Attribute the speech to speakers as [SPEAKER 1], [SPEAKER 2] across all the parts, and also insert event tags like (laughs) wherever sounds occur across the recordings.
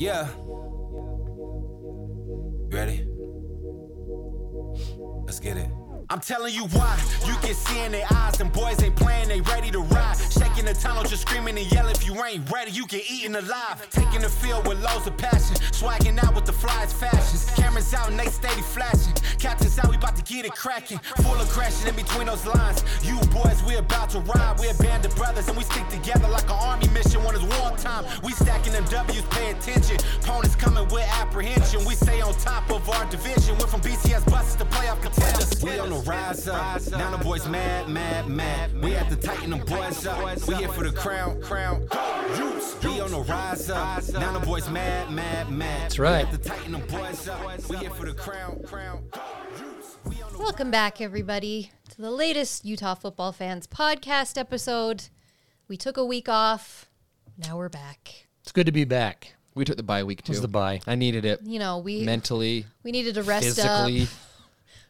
[SPEAKER 1] Yeah. Ready? Let's get it. I'm telling you why. You can see in their eyes, them boys ain't playing, they ready to ride. Shaking the tunnel, just screaming and yelling. If you ain't ready, you get eaten alive. Taking the field with loads of passion. Swagging out with the flies fashions. Cameras out and they steady flashing. Captain's out, we about to get it cracking. Full of crashing in between those lines. You boys, we about to ride. We're a band of brothers and we stick together like an army mission when it's wartime. We stacking them W's, pay attention. Opponents coming with apprehension. We stay on top of our division. Went from BCS buses to playoff contenders. We on the rise up. Now the boys mad, mad, mad. We have to tighten them boys up. We here for the crown, crown. We on the rise up. Now the boys mad, mad, mad.
[SPEAKER 2] That's right.
[SPEAKER 1] We have to tighten them boys up. We here for the crown, crown.
[SPEAKER 3] Welcome back, everybody, to the latest Utah Football Fans podcast episode. We took a week off. Now we're back.
[SPEAKER 2] It's good to be back.
[SPEAKER 4] We took the bye week too.
[SPEAKER 2] was the bye.
[SPEAKER 4] I needed it
[SPEAKER 3] You know, we
[SPEAKER 4] mentally,
[SPEAKER 3] we needed to rest
[SPEAKER 4] physically,
[SPEAKER 3] up,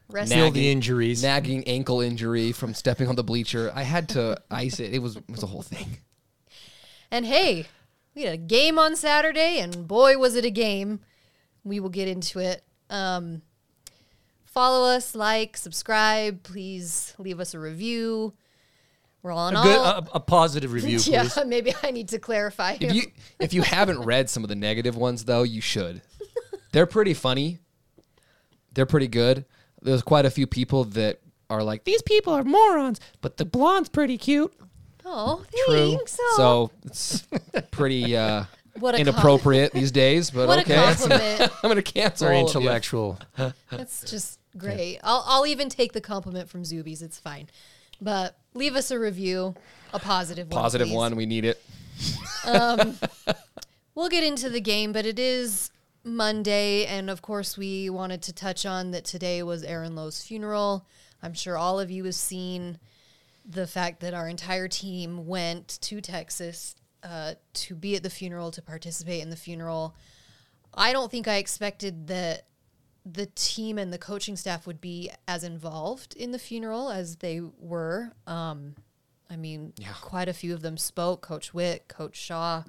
[SPEAKER 3] rest
[SPEAKER 2] Feel
[SPEAKER 3] up.
[SPEAKER 2] the injuries.
[SPEAKER 4] nagging ankle injury from stepping on the bleacher. I had to ice it. It was it was a whole thing.
[SPEAKER 3] And hey, we had a game on Saturday, and boy, was it a game. We will get into it. Um, follow us, like, subscribe. Please leave us a review. We're all in
[SPEAKER 2] a
[SPEAKER 3] all.
[SPEAKER 2] good, a, a positive review, please.
[SPEAKER 3] (laughs) yeah, maybe I need to clarify.
[SPEAKER 4] If you if you haven't read some of the negative ones though,
[SPEAKER 3] (laughs)
[SPEAKER 4] you should. They're pretty funny. They're pretty good. There's quite a few people that are like these people are morons, but the blonde's pretty cute.
[SPEAKER 3] oh,
[SPEAKER 2] True.
[SPEAKER 3] thanks. Oh,
[SPEAKER 4] So it's pretty uh,
[SPEAKER 3] What a com-
[SPEAKER 4] inappropriate these days, but
[SPEAKER 3] what
[SPEAKER 4] okay. (laughs)
[SPEAKER 3] a compliment.
[SPEAKER 4] I'm gonna cancel.
[SPEAKER 2] Very
[SPEAKER 4] all of you.
[SPEAKER 2] intellectual.
[SPEAKER 4] (laughs)
[SPEAKER 3] That's just great. I'll, I'll even take the compliment from Zubies. It's fine. But leave us a review, a positive one.
[SPEAKER 4] Positive
[SPEAKER 3] please.
[SPEAKER 4] one. We need it.
[SPEAKER 3] We'll get into the game, but it is Monday. And of course, we wanted to touch on that today was Aaron Lowe's funeral. I'm sure all of you have seen the fact that our entire team went to Texas uh, to be at the funeral, to participate in the funeral. I don't think I expected that the team and the coaching staff would be as involved in the funeral as they were. Um, I mean, quite a few of them spoke Coach Witt, Coach Shaw,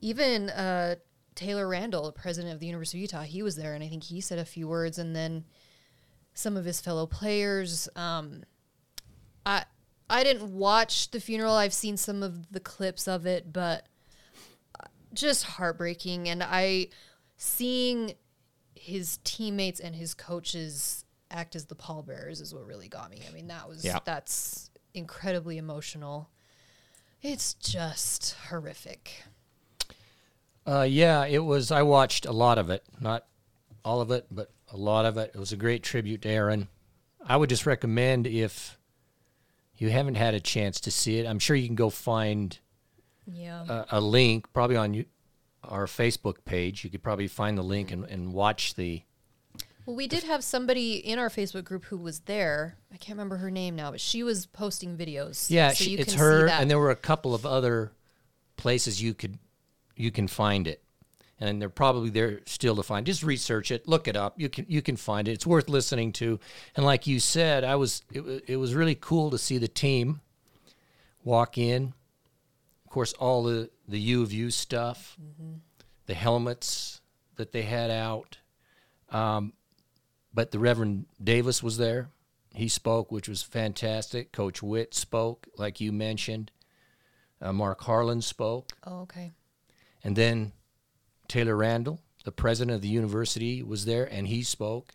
[SPEAKER 3] even uh, Taylor Randall, president of the University of Utah, he was there and I think he said a few words and then some of his fellow players. Um, I I didn't watch the funeral. I've seen some of the clips of it, but uh, just heartbreaking. And I seeing his teammates and his coaches act as the pallbearers is what really got me. I mean, that was
[SPEAKER 4] Yeah.
[SPEAKER 3] that's incredibly emotional. It's just horrific.
[SPEAKER 2] Uh, yeah, it was. I watched a lot of it, not all of it, but a lot of it. It was a great tribute to Aaron. I would just recommend if you haven't had a chance to see it, I'm sure you can go find
[SPEAKER 3] Yeah.
[SPEAKER 2] a, a link, probably on you, our Facebook page. You could probably find the link and, and watch the.
[SPEAKER 3] Well, we did have somebody in our Facebook group who was there. I can't remember her name now, but she was posting videos.
[SPEAKER 2] Yeah,
[SPEAKER 3] so
[SPEAKER 2] she-
[SPEAKER 3] you
[SPEAKER 2] it's
[SPEAKER 3] can
[SPEAKER 2] her,
[SPEAKER 3] see that.
[SPEAKER 2] and there were a couple of other places you could you can find it, and they're probably there still to find. Just research it, look it up. You can you can find it. It's worth listening to. And like you said, I was it, wa- it was really cool to see the team walk in. Of course, all the the U of U stuff,
[SPEAKER 3] Mm-hmm.
[SPEAKER 2] the helmets that they had out. but the Reverend Davis was there. He spoke, which was fantastic. Coach Witt spoke, like you mentioned. Uh, Mark Harlan spoke.
[SPEAKER 3] oh, okay.
[SPEAKER 2] And then Taylor Randall, the president of the university, was there and he spoke.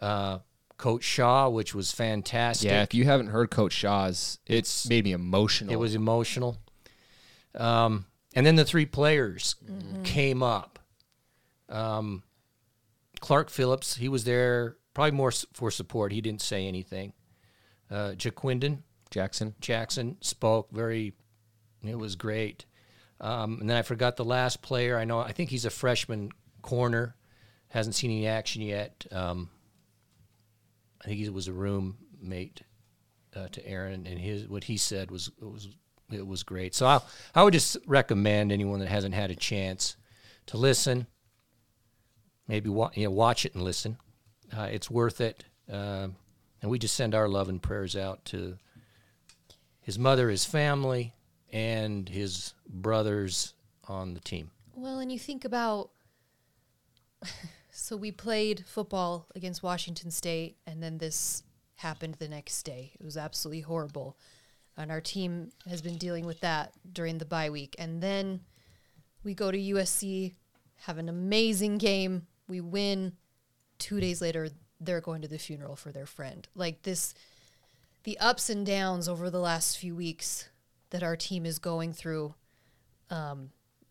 [SPEAKER 2] Uh, Coach Shaw, which was fantastic.
[SPEAKER 4] Yeah, if you haven't heard Coach Shaw's, it's,
[SPEAKER 2] It's-
[SPEAKER 4] made me emotional.
[SPEAKER 2] It was emotional. Um, and then the three players came up. Um, Clark Phillips, he was there probably more s- for support. He didn't say anything. Uh, Jaquindon
[SPEAKER 4] Jackson.
[SPEAKER 2] Jackson spoke very, it was great. Um, and then I forgot the last player. I know, I think he's a freshman corner, hasn't seen any action yet. Um, I think he was a roommate uh, to Aaron, and his what he said was was it was great. So I I would just recommend anyone that hasn't had a chance to listen, maybe wa- you know, watch it and listen. Uh, it's worth it, Um and we just send our love and prayers out to his mother, his family, and his brothers on the team.
[SPEAKER 3] Well, and you think about (laughs) so we played football against Washington State, and then this happened the next day. It was absolutely horrible. And our team has been dealing with that during the bye week. And then we go to USC, have an amazing game, we win. Two days later, they're going to the funeral for their friend. Like this, the ups and downs over the last few weeks that our team is going through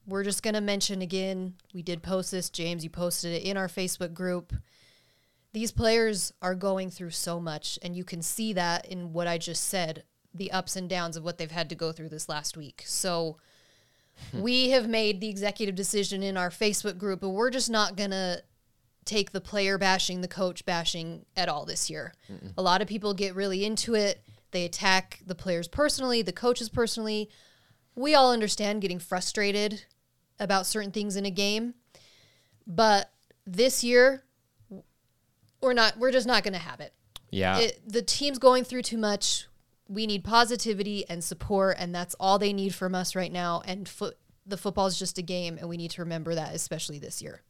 [SPEAKER 3] we're just going to mention again we did post this james you posted it in our facebook group these players are going through so much and you can see that in what i just said the ups and downs of what they've had to go through this last week so we have made the executive decision in our facebook group and we're just not going to take the player bashing the coach bashing at all this year a lot of people get really into it they attack the players personally the coaches personally we all understand getting frustrated about certain things in a game, but this year we're not we're just not going to have it.
[SPEAKER 4] Yeah.
[SPEAKER 3] it. The team's going through too much. We need positivity and support and that's all they need from us right now and foot the football's just a game and we need to remember that especially this year.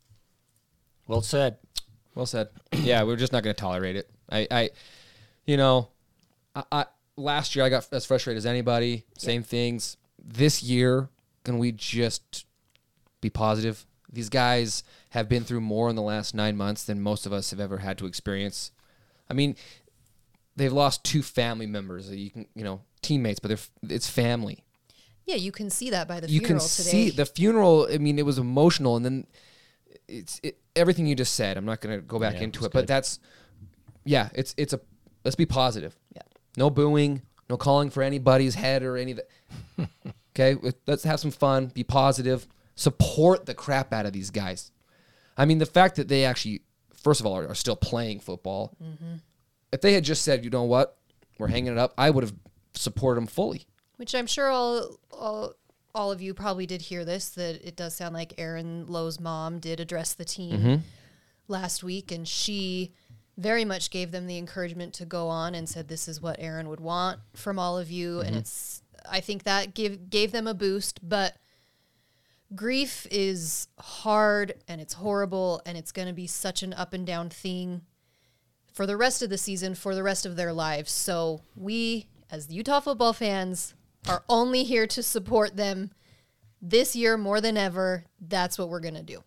[SPEAKER 2] Well said.
[SPEAKER 4] Well said. (clears throat) yeah, we're just not going to tolerate it. I, I, you know, I, I last year I got as frustrated as anybody. Same things. This year, can we just be positive? These guys have been through more in the last nine months than most of us have ever had to experience. I mean, they've lost two family members. You can, you know, teammates, but they're it's family
[SPEAKER 3] Yeah, you can see that by the
[SPEAKER 4] you can
[SPEAKER 3] funeral today.
[SPEAKER 4] see the funeral. I mean, it was emotional, and then it's it, everything you just said. I'm not going to go back into it, but that's yeah. It's it's a let's be positive.
[SPEAKER 3] Yeah.
[SPEAKER 4] No booing. No calling for anybody's head or any of that. okay, with- let's have some fun. Be positive. Support the crap out of these guys. I mean, the fact that they actually, first of all, are, are still playing football.
[SPEAKER 3] Mm-hmm.
[SPEAKER 4] If they had just said, you know what, we're hanging it up, I would have supported them fully.
[SPEAKER 3] which I'm sure all, all all of you probably did hear this that it does sound like Aaron Lowe's mom did address the team last week and she very much gave them the encouragement to go on and said this is what Aaron would want from all of you and it's I think that give gave them a boost but grief is hard and it's horrible and it's going to be such an up and down thing for the rest of the season, for the rest of their lives. So we, as the Utah football fans, are only here to support them this year more than ever. That's what we're gonna do.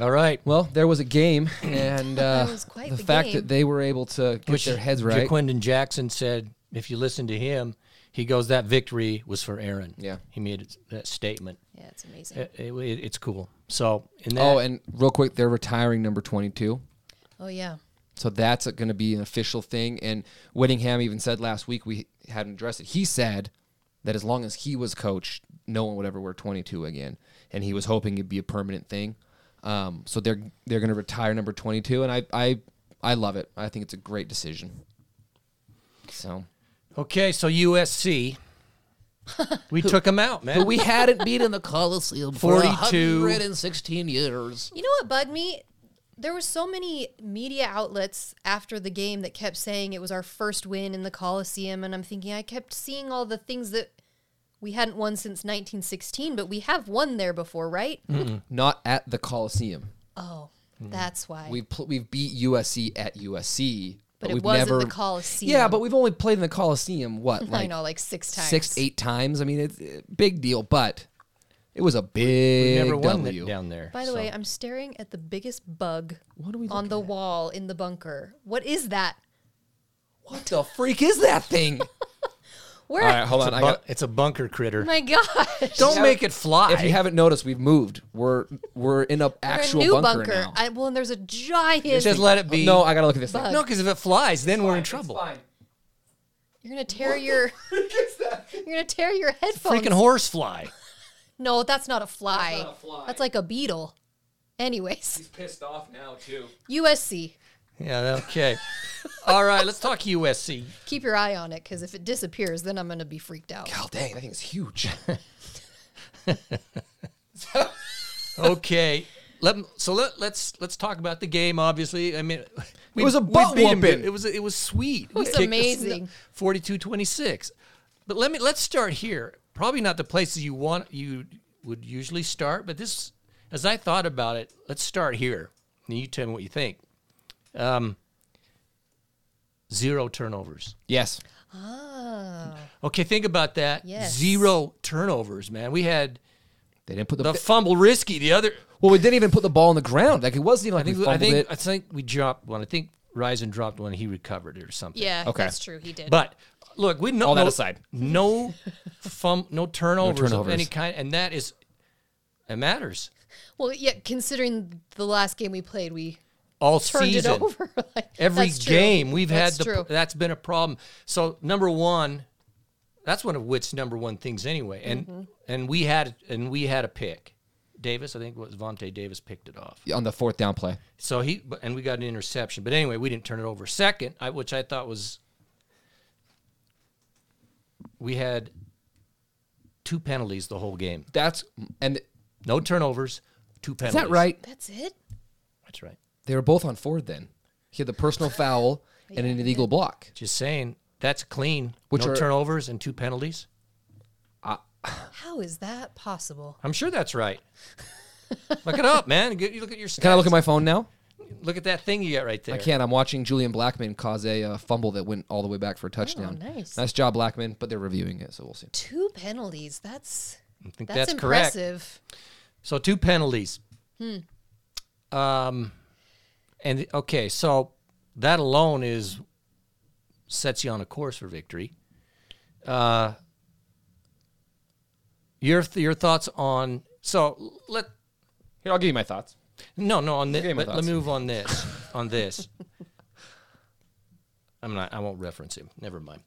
[SPEAKER 2] All right.
[SPEAKER 4] Well, there was
[SPEAKER 3] (coughs)
[SPEAKER 4] a game,
[SPEAKER 3] (laughs)
[SPEAKER 4] and uh,
[SPEAKER 3] was quite
[SPEAKER 4] the,
[SPEAKER 3] the
[SPEAKER 4] fact
[SPEAKER 3] game.
[SPEAKER 4] that they were able to get their heads right.
[SPEAKER 2] Jaquindon Jackson said, if you listen to him, he goes, that victory was for Aaron.
[SPEAKER 4] Yeah.
[SPEAKER 2] He made that statement.
[SPEAKER 3] Yeah, it's amazing.
[SPEAKER 2] It, it- it's cool. So, in that,
[SPEAKER 4] oh, and real quick, they're retiring number 22.
[SPEAKER 3] oh yeah,
[SPEAKER 4] So that's going to be an official thing. And Whittingham even said last week we hadn't addressed it. He said that as long as he was coach, no one would ever wear 22 again, and he was hoping it'd be a permanent thing. Um, so they're they're going to retire number 22, and I I I love it. I think it's a great decision. So.
[SPEAKER 2] okay, so
[SPEAKER 3] (laughs)
[SPEAKER 2] USC, we took him out, man.
[SPEAKER 5] But we hadn't beaten the Coliseum for
[SPEAKER 2] 42.
[SPEAKER 5] 116 years.
[SPEAKER 3] you know what bugged me? There were so many media outlets after the game that kept saying it was our first win in the Coliseum, and I'm thinking I kept seeing all the things that we hadn't won since 1916, but we have won there before, right?
[SPEAKER 4] Mm-hmm. Not at the Coliseum.
[SPEAKER 3] Oh, that's why.
[SPEAKER 4] Mm-hmm. We've pl- we've beat USC at USC,
[SPEAKER 3] But it
[SPEAKER 4] we've
[SPEAKER 3] wasn't
[SPEAKER 4] never
[SPEAKER 3] the Coliseum.
[SPEAKER 4] Yeah, but we've only played in the Coliseum what
[SPEAKER 3] (laughs)
[SPEAKER 4] like,
[SPEAKER 3] I know, like six times.
[SPEAKER 4] six eight times. I mean, it's a big deal, but it was a big
[SPEAKER 2] never won
[SPEAKER 4] W.
[SPEAKER 2] it down there.
[SPEAKER 3] By the way, I'm staring at the biggest bug on the wall in the bunker. What is that?
[SPEAKER 4] What the freak is that
[SPEAKER 2] (laughs)
[SPEAKER 4] thing?
[SPEAKER 3] Where?
[SPEAKER 4] All
[SPEAKER 3] (laughs)
[SPEAKER 4] right, hold
[SPEAKER 2] it's,
[SPEAKER 4] on.
[SPEAKER 2] a
[SPEAKER 4] I
[SPEAKER 2] bu-
[SPEAKER 4] got,
[SPEAKER 2] it's a bunker critter.
[SPEAKER 3] oh my gosh!
[SPEAKER 2] Don't make it fly.
[SPEAKER 4] if you haven't noticed, we've moved. We're we're in a actual
[SPEAKER 3] a new
[SPEAKER 4] bunker, now.
[SPEAKER 3] I, well, and there's a giant.
[SPEAKER 2] Just let it be.
[SPEAKER 4] No, I gotta look at this. Thing.
[SPEAKER 2] no, because if it flies, then we're in trouble.
[SPEAKER 4] (laughs)
[SPEAKER 3] you're gonna tear your. (laughs) You're gonna tear your headphones.
[SPEAKER 2] Freaking horse fly.
[SPEAKER 3] no, that's not a fly. That's,
[SPEAKER 4] not a fly.
[SPEAKER 3] like a beetle. Anyways,
[SPEAKER 4] pissed off now too.
[SPEAKER 3] USC.
[SPEAKER 2] Yeah, okay. All right, let's talk USC.
[SPEAKER 3] Keep your eye on it because if it disappears, then I'm gonna be freaked out.
[SPEAKER 4] God dang, that thing's huge.
[SPEAKER 2] Okay. Let, so let, let's let's talk about the game. Obviously, I mean, we,
[SPEAKER 4] It was a
[SPEAKER 2] we
[SPEAKER 4] butt
[SPEAKER 2] beat 'em
[SPEAKER 4] whooping.
[SPEAKER 2] good. It was it was sweet. It
[SPEAKER 3] was amazing.
[SPEAKER 2] 42-26. But let me let's start here. Probably not the places you want you would usually start, but this, as I thought about it, let's start here. And you tell me what you think. Um, zero turnovers.
[SPEAKER 4] (laughs) Yes.
[SPEAKER 3] Ah.
[SPEAKER 2] Okay, think about that.
[SPEAKER 3] Yes.
[SPEAKER 2] Zero turnovers, man. We had
[SPEAKER 4] They didn't put the,
[SPEAKER 2] the fumble risky. The other,
[SPEAKER 4] well. We didn't even put the ball on the ground. Like it wasn't even
[SPEAKER 2] I
[SPEAKER 4] like
[SPEAKER 2] think,
[SPEAKER 4] we
[SPEAKER 2] I
[SPEAKER 4] fumbled
[SPEAKER 2] think,
[SPEAKER 4] it.
[SPEAKER 2] I think we dropped one. I think Risen dropped one. He recovered it or something.
[SPEAKER 3] Yeah,
[SPEAKER 4] Okay.
[SPEAKER 3] that's true. He did.
[SPEAKER 2] But look, we no,
[SPEAKER 4] All that
[SPEAKER 2] no-
[SPEAKER 4] aside.
[SPEAKER 2] no fum, no turnovers, of
[SPEAKER 4] turnovers.
[SPEAKER 2] any kind, and that is it matters
[SPEAKER 3] well, yeah, considering the last game we played, we
[SPEAKER 2] all
[SPEAKER 3] turned
[SPEAKER 2] season.
[SPEAKER 3] it over. (laughs) Like,
[SPEAKER 2] (laughs) Every
[SPEAKER 3] that's true.
[SPEAKER 2] game we've
[SPEAKER 3] That's
[SPEAKER 2] had the
[SPEAKER 3] true.
[SPEAKER 2] that's been a problem. So number one, that's one of Witt's number one things anyway, and
[SPEAKER 3] Mm-hmm.
[SPEAKER 2] and we had and we had a pick. Davis, I think it was Vontae Davis picked it off.
[SPEAKER 4] on the fourth down play.
[SPEAKER 2] So he but- and we got an interception, but anyway, we didn't turn it over. Second, I, which I thought was, we had two penalties the whole game.
[SPEAKER 4] That's and
[SPEAKER 2] No turnovers, two
[SPEAKER 4] is
[SPEAKER 2] penalties.
[SPEAKER 4] that right?
[SPEAKER 3] That's it.
[SPEAKER 2] That's right.
[SPEAKER 4] They were both on Ford then. He had the (laughs) personal foul and an illegal block.
[SPEAKER 2] Just saying, that's clean.
[SPEAKER 4] Which
[SPEAKER 2] no
[SPEAKER 4] are-
[SPEAKER 2] turnovers and two penalties.
[SPEAKER 3] How is that possible?
[SPEAKER 2] I'm sure that's right. look it up, man. Get- You look at your. Stats.
[SPEAKER 4] Can I look at my phone now?
[SPEAKER 2] Look at that thing you got right there.
[SPEAKER 4] I can. I'm watching Julian Blackman cause a uh, fumble that went all the way back for a touchdown.
[SPEAKER 3] Oh, nice.
[SPEAKER 4] Nice job, Blackman. But they're reviewing it, so we'll see.
[SPEAKER 3] Two penalties. That's
[SPEAKER 2] I think
[SPEAKER 3] that's,
[SPEAKER 2] that's correct.
[SPEAKER 3] impressive.
[SPEAKER 2] So two penalties. Um, and okay, so that alone is sets you on a course for victory. Uh, your your thoughts on so let
[SPEAKER 4] Here, I'll give you my thoughts.
[SPEAKER 2] no no on this
[SPEAKER 4] Okay, my
[SPEAKER 2] let, let
[SPEAKER 4] thoughts.
[SPEAKER 2] me move on this on this. I'm not. I won't reference him. Never mind.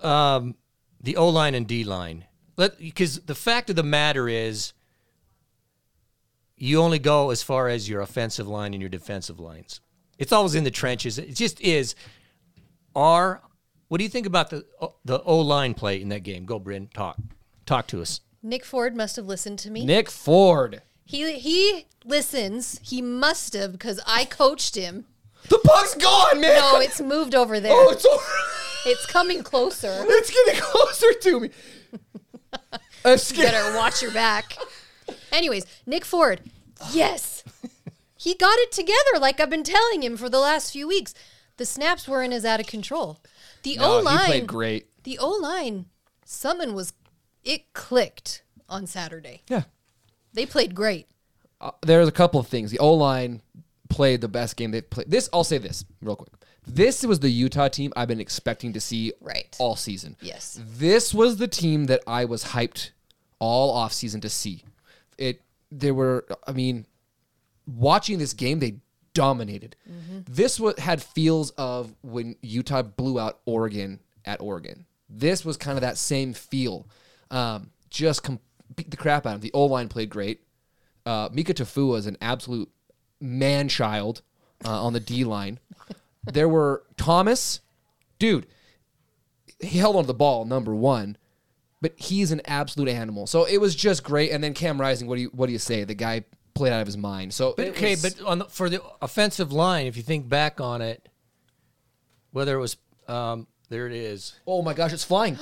[SPEAKER 2] Um, the O line and D line. Let because the fact of the matter is, you only go as far as your offensive line and your defensive lines. It's always in the trenches. It just is. Are what do you think about the the O line play in that game? Go, Bryn. Talk. Talk to us.
[SPEAKER 3] Nick Ford must have listened to me.
[SPEAKER 4] Nick Ford.
[SPEAKER 3] He he listens. He must have because I coached him.
[SPEAKER 4] The puck's gone, man.
[SPEAKER 3] No, it's moved over there.
[SPEAKER 4] (laughs) oh, it's over.
[SPEAKER 3] (laughs) It's
[SPEAKER 2] (laughs)
[SPEAKER 3] coming closer.
[SPEAKER 4] (laughs) it's getting closer to
[SPEAKER 3] (laughs)
[SPEAKER 4] me. I'm scared.
[SPEAKER 3] Better watch your back. Anyways, Nick Ford, yes, he got it together like I've been telling him for the last few weeks. The snaps weren't as out of control. The O
[SPEAKER 4] Oh, he
[SPEAKER 3] line,
[SPEAKER 4] played great.
[SPEAKER 3] the O line, summon was it clicked on Saturday.
[SPEAKER 4] Yeah.
[SPEAKER 3] They played great.
[SPEAKER 4] uh, there's a couple of things. The O line played the best game they played. This I'll say this real quick. This was the Utah team I've been expecting to see
[SPEAKER 3] Right.
[SPEAKER 4] all season.
[SPEAKER 3] Yes.
[SPEAKER 4] This was the team that I was hyped all offseason to see. It there were I mean watching this game they dominated. This was, had feels of when Utah blew out Oregon at Oregon. This was kind of that same feel. Um, just com- beat the crap out of them. The O line played great. Uh, Mika Tafua is an absolute man child uh, on the D line. there were Thomas, dude. He held on to the ball, number one, but he's an absolute animal. So it was just great. And then Cam Rising, what do you what do you say? The guy played out of his mind. So
[SPEAKER 2] But
[SPEAKER 4] it
[SPEAKER 2] okay,
[SPEAKER 4] was-
[SPEAKER 2] but on the, for the offensive line, if you think back on it, whether it was um, there, it is.
[SPEAKER 4] oh my gosh, it's flying.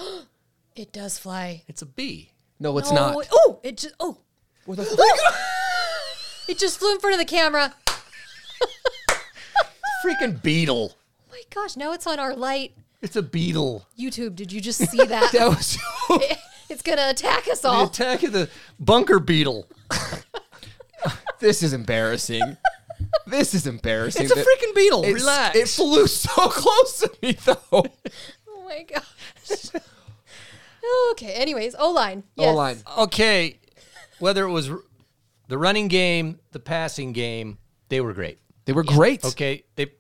[SPEAKER 3] It does fly.
[SPEAKER 2] It's a B.
[SPEAKER 4] No, it's
[SPEAKER 3] No,
[SPEAKER 4] not.
[SPEAKER 3] Oh, it just oh,
[SPEAKER 4] What
[SPEAKER 3] (laughs)
[SPEAKER 4] the fuck?
[SPEAKER 3] it just flew in front of the camera. Oh
[SPEAKER 2] Freaking beetle.
[SPEAKER 3] my gosh! Now it's on our light.
[SPEAKER 2] It's a (laughs) beetle.
[SPEAKER 3] YouTube, did you just see that?
[SPEAKER 4] (laughs)
[SPEAKER 2] Oh,
[SPEAKER 4] that was
[SPEAKER 3] (laughs) it's gonna attack us
[SPEAKER 2] The
[SPEAKER 3] all.
[SPEAKER 2] attack of the bunker beetle.
[SPEAKER 4] this
[SPEAKER 2] (laughs)
[SPEAKER 4] is embarrassing. This is embarrassing.
[SPEAKER 2] It's a
[SPEAKER 4] that-
[SPEAKER 2] freaking beetle.
[SPEAKER 4] It's-
[SPEAKER 2] Relax.
[SPEAKER 4] It flew so (laughs) close to me though.
[SPEAKER 3] oh my gosh. (laughs) okay. Anyways, O line. Yes.
[SPEAKER 4] O line.
[SPEAKER 2] okay, whether it was r- the running game, the passing game, they were great.
[SPEAKER 4] They were great.
[SPEAKER 2] Okay, they.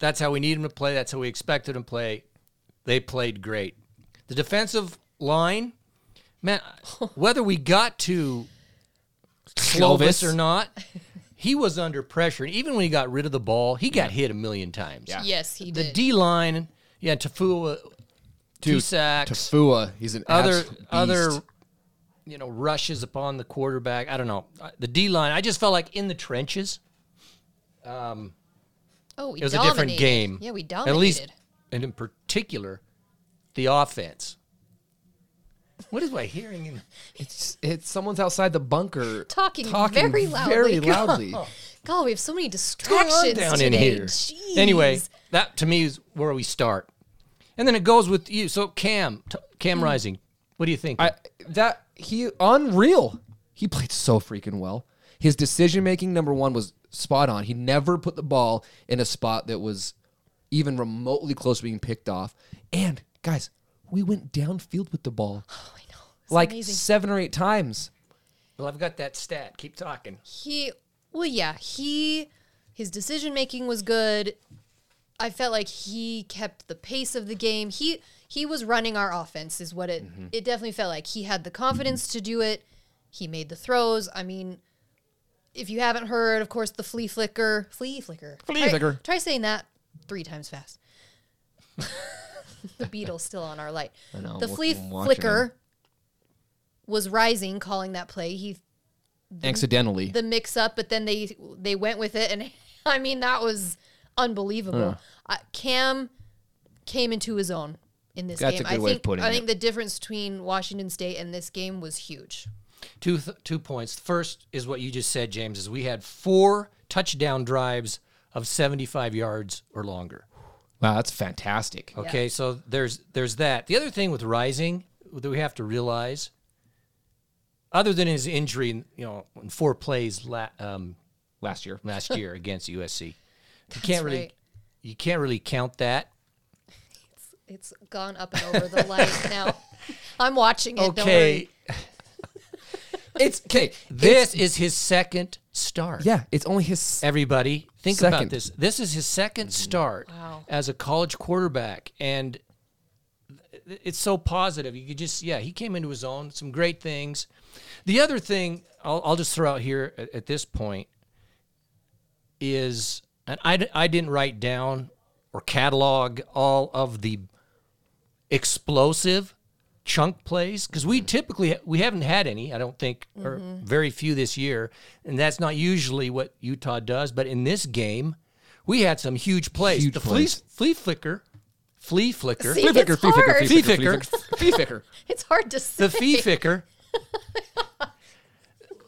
[SPEAKER 2] That's how we need them to play. That's how we expected them to play. They played great. The defensive line, man.
[SPEAKER 4] (laughs)
[SPEAKER 2] Whether we got to Slovis or not, he was under pressure. And even when he got rid of the ball, he got hit a million times.
[SPEAKER 4] Yeah.
[SPEAKER 3] Yes, he
[SPEAKER 2] The
[SPEAKER 3] did.
[SPEAKER 2] D line, yeah, Tafua, two sacks,
[SPEAKER 4] Tafua, he's an
[SPEAKER 2] other
[SPEAKER 4] absolute beast.
[SPEAKER 2] other, you know, rushes upon the quarterback. I don't know. Uh, The D line, I just felt like in the trenches.
[SPEAKER 3] oh, we
[SPEAKER 2] It was
[SPEAKER 3] dominated.
[SPEAKER 2] a different game.
[SPEAKER 3] Yeah, we dominated.
[SPEAKER 2] At least, and in particular, the offense. What is my hearing?
[SPEAKER 3] (laughs)
[SPEAKER 2] In-
[SPEAKER 4] It's it's someone's outside the bunker
[SPEAKER 3] Talking very loudly. (laughs)
[SPEAKER 2] (laughs)
[SPEAKER 4] very loudly.
[SPEAKER 3] God, we have so many
[SPEAKER 2] going
[SPEAKER 3] distractions
[SPEAKER 2] on down
[SPEAKER 3] today.
[SPEAKER 2] in here?
[SPEAKER 3] Jeez.
[SPEAKER 2] Anyway, that to me is where we start, and then it goes with you. So Cam, t- Cam
[SPEAKER 3] Mm-hmm.
[SPEAKER 2] Rising, what do you think?
[SPEAKER 4] I that he unreal. He played so freaking well. His decision making number one was spot on. He never put the ball in a spot that was even remotely close to being picked off. And guys, we went downfield with the ball
[SPEAKER 3] Oh, I know. It's
[SPEAKER 4] like
[SPEAKER 3] amazing.
[SPEAKER 4] seven or eight times.
[SPEAKER 2] well, I've got that stat. Keep talking.
[SPEAKER 3] he well yeah he his decision making was good i felt like he kept the pace of the game he he was running our offense is what it
[SPEAKER 4] Mm-hmm.
[SPEAKER 3] it definitely felt like he had the confidence to do it he made the throws i mean if you haven't heard of course the flea flicker flea flicker flea
[SPEAKER 4] flicker.
[SPEAKER 3] try saying that three times fast (laughs) the beetle's still on our light
[SPEAKER 4] know,
[SPEAKER 3] the
[SPEAKER 4] I'm
[SPEAKER 3] flea
[SPEAKER 4] watching him.
[SPEAKER 3] flicker was rising calling that play he
[SPEAKER 4] Accidentally.
[SPEAKER 3] the mix up, but then they they went with it, and (laughs) I mean that was unbelievable. Uh, Cam came into his own in this
[SPEAKER 4] That's
[SPEAKER 3] game.
[SPEAKER 4] a good
[SPEAKER 3] I
[SPEAKER 4] way of
[SPEAKER 3] think
[SPEAKER 4] putting
[SPEAKER 3] I
[SPEAKER 4] it.
[SPEAKER 3] think the difference between Washington State and this game was huge.
[SPEAKER 2] Two th- two points. First is what you just said, James. Is we had four touchdown drives of seventy five yards or longer.
[SPEAKER 4] wow, that's fantastic.
[SPEAKER 2] Okay, so there's there's that. The other thing with Rising that we have to realize, other than his injury, you know, in four plays la- um,
[SPEAKER 4] Last
[SPEAKER 3] (laughs)
[SPEAKER 4] year.
[SPEAKER 2] last year against USC, you can't really
[SPEAKER 3] right.
[SPEAKER 2] you can't really count that.
[SPEAKER 3] It's gone up and over the
[SPEAKER 4] (laughs)
[SPEAKER 3] light now. I'm watching it. Don't
[SPEAKER 2] Okay,
[SPEAKER 3] worry.
[SPEAKER 4] It's okay.
[SPEAKER 2] this is his second start.
[SPEAKER 4] Yeah, it's only his
[SPEAKER 2] Everybody, think about
[SPEAKER 4] Second.
[SPEAKER 2] this. This is his 2nd start
[SPEAKER 3] Wow.
[SPEAKER 2] as a college quarterback, and th- it's so positive. You could just, yeah, he came into his own. Some great things. The other thing I'll, I'll just throw out here at, at this point is, and I, d- I didn't write down or catalog all of the explosive chunk plays because we typically we haven't had any i don't think or very few this year and that's not usually what utah does but in this game we had some huge plays
[SPEAKER 4] Huge
[SPEAKER 2] the
[SPEAKER 4] plays.
[SPEAKER 2] flea flea flicker flea flicker
[SPEAKER 3] See, it's hard.
[SPEAKER 2] flea flicker
[SPEAKER 3] (laughs)
[SPEAKER 4] flea flicker.
[SPEAKER 3] It's hard to say.
[SPEAKER 2] the flea flicker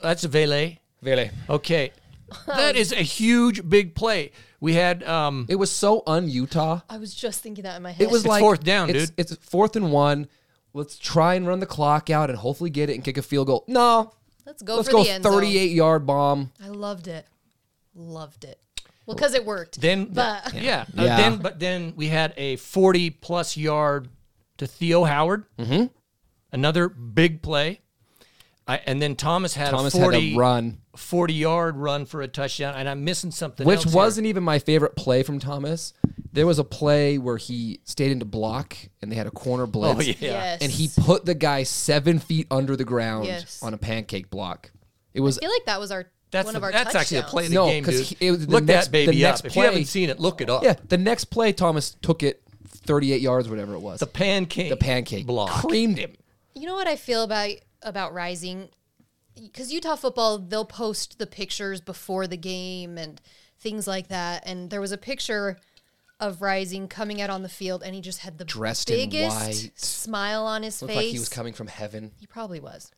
[SPEAKER 2] that's a vele
[SPEAKER 3] (laughs)
[SPEAKER 4] Really.
[SPEAKER 2] okay that is a huge big play we had um
[SPEAKER 4] It was so un Utah.
[SPEAKER 3] I was just thinking that in my head.
[SPEAKER 4] It was
[SPEAKER 2] It's
[SPEAKER 4] like
[SPEAKER 2] fourth down,
[SPEAKER 4] it's-
[SPEAKER 2] dude.
[SPEAKER 4] It's fourth and one. Let's try and run the clock out and hopefully get it and kick a field goal. No,
[SPEAKER 3] let's go
[SPEAKER 4] let's
[SPEAKER 3] for
[SPEAKER 4] go
[SPEAKER 3] the end zone.
[SPEAKER 4] thirty-eight yard bomb.
[SPEAKER 3] I loved it, loved it. Well, because it worked.
[SPEAKER 2] Then,
[SPEAKER 3] But-
[SPEAKER 2] yeah, Uh,
[SPEAKER 4] Yeah.
[SPEAKER 2] then but then we had a forty-plus yard to Theo Howard, mm-hmm. another big play, I, and then Thomas had
[SPEAKER 4] Thomas
[SPEAKER 2] a 40,
[SPEAKER 4] had a run,
[SPEAKER 2] forty-yard run for a touchdown, and I'm missing something,
[SPEAKER 4] which
[SPEAKER 2] else here.
[SPEAKER 4] wasn't even my favorite play from Thomas. There was a play where he stayed into block and they had a corner blitz.
[SPEAKER 2] Oh, yeah.
[SPEAKER 3] Oh, Yes.
[SPEAKER 4] And he put the guy seven feet under the ground
[SPEAKER 3] Yes.
[SPEAKER 4] on a pancake block. It was
[SPEAKER 3] I feel like that was our
[SPEAKER 2] That's
[SPEAKER 3] one
[SPEAKER 2] the-
[SPEAKER 3] of our
[SPEAKER 2] that's actually a
[SPEAKER 3] touchdowns.
[SPEAKER 2] play of the
[SPEAKER 4] No,
[SPEAKER 2] game,
[SPEAKER 4] 'cause
[SPEAKER 2] dude.
[SPEAKER 4] he- it was the
[SPEAKER 2] look
[SPEAKER 4] next-
[SPEAKER 2] that baby
[SPEAKER 4] the
[SPEAKER 2] up.
[SPEAKER 4] next
[SPEAKER 2] If you haven't
[SPEAKER 4] play-
[SPEAKER 2] seen it, look it up.
[SPEAKER 4] yeah. The next play, Thomas took it thirty-eight yards, whatever it was.
[SPEAKER 2] the pancake,
[SPEAKER 4] the pancake
[SPEAKER 2] block.
[SPEAKER 4] creamed him.
[SPEAKER 3] You know what I feel about about Rising? Because Utah football, they'll post the pictures before the game and things like that. And there was a picture of Rising coming out on the field, and he just had the
[SPEAKER 4] Dressed in
[SPEAKER 3] biggest
[SPEAKER 4] white.
[SPEAKER 3] smile on his
[SPEAKER 4] Looked
[SPEAKER 3] face.
[SPEAKER 4] like he was coming from heaven.
[SPEAKER 3] He probably was.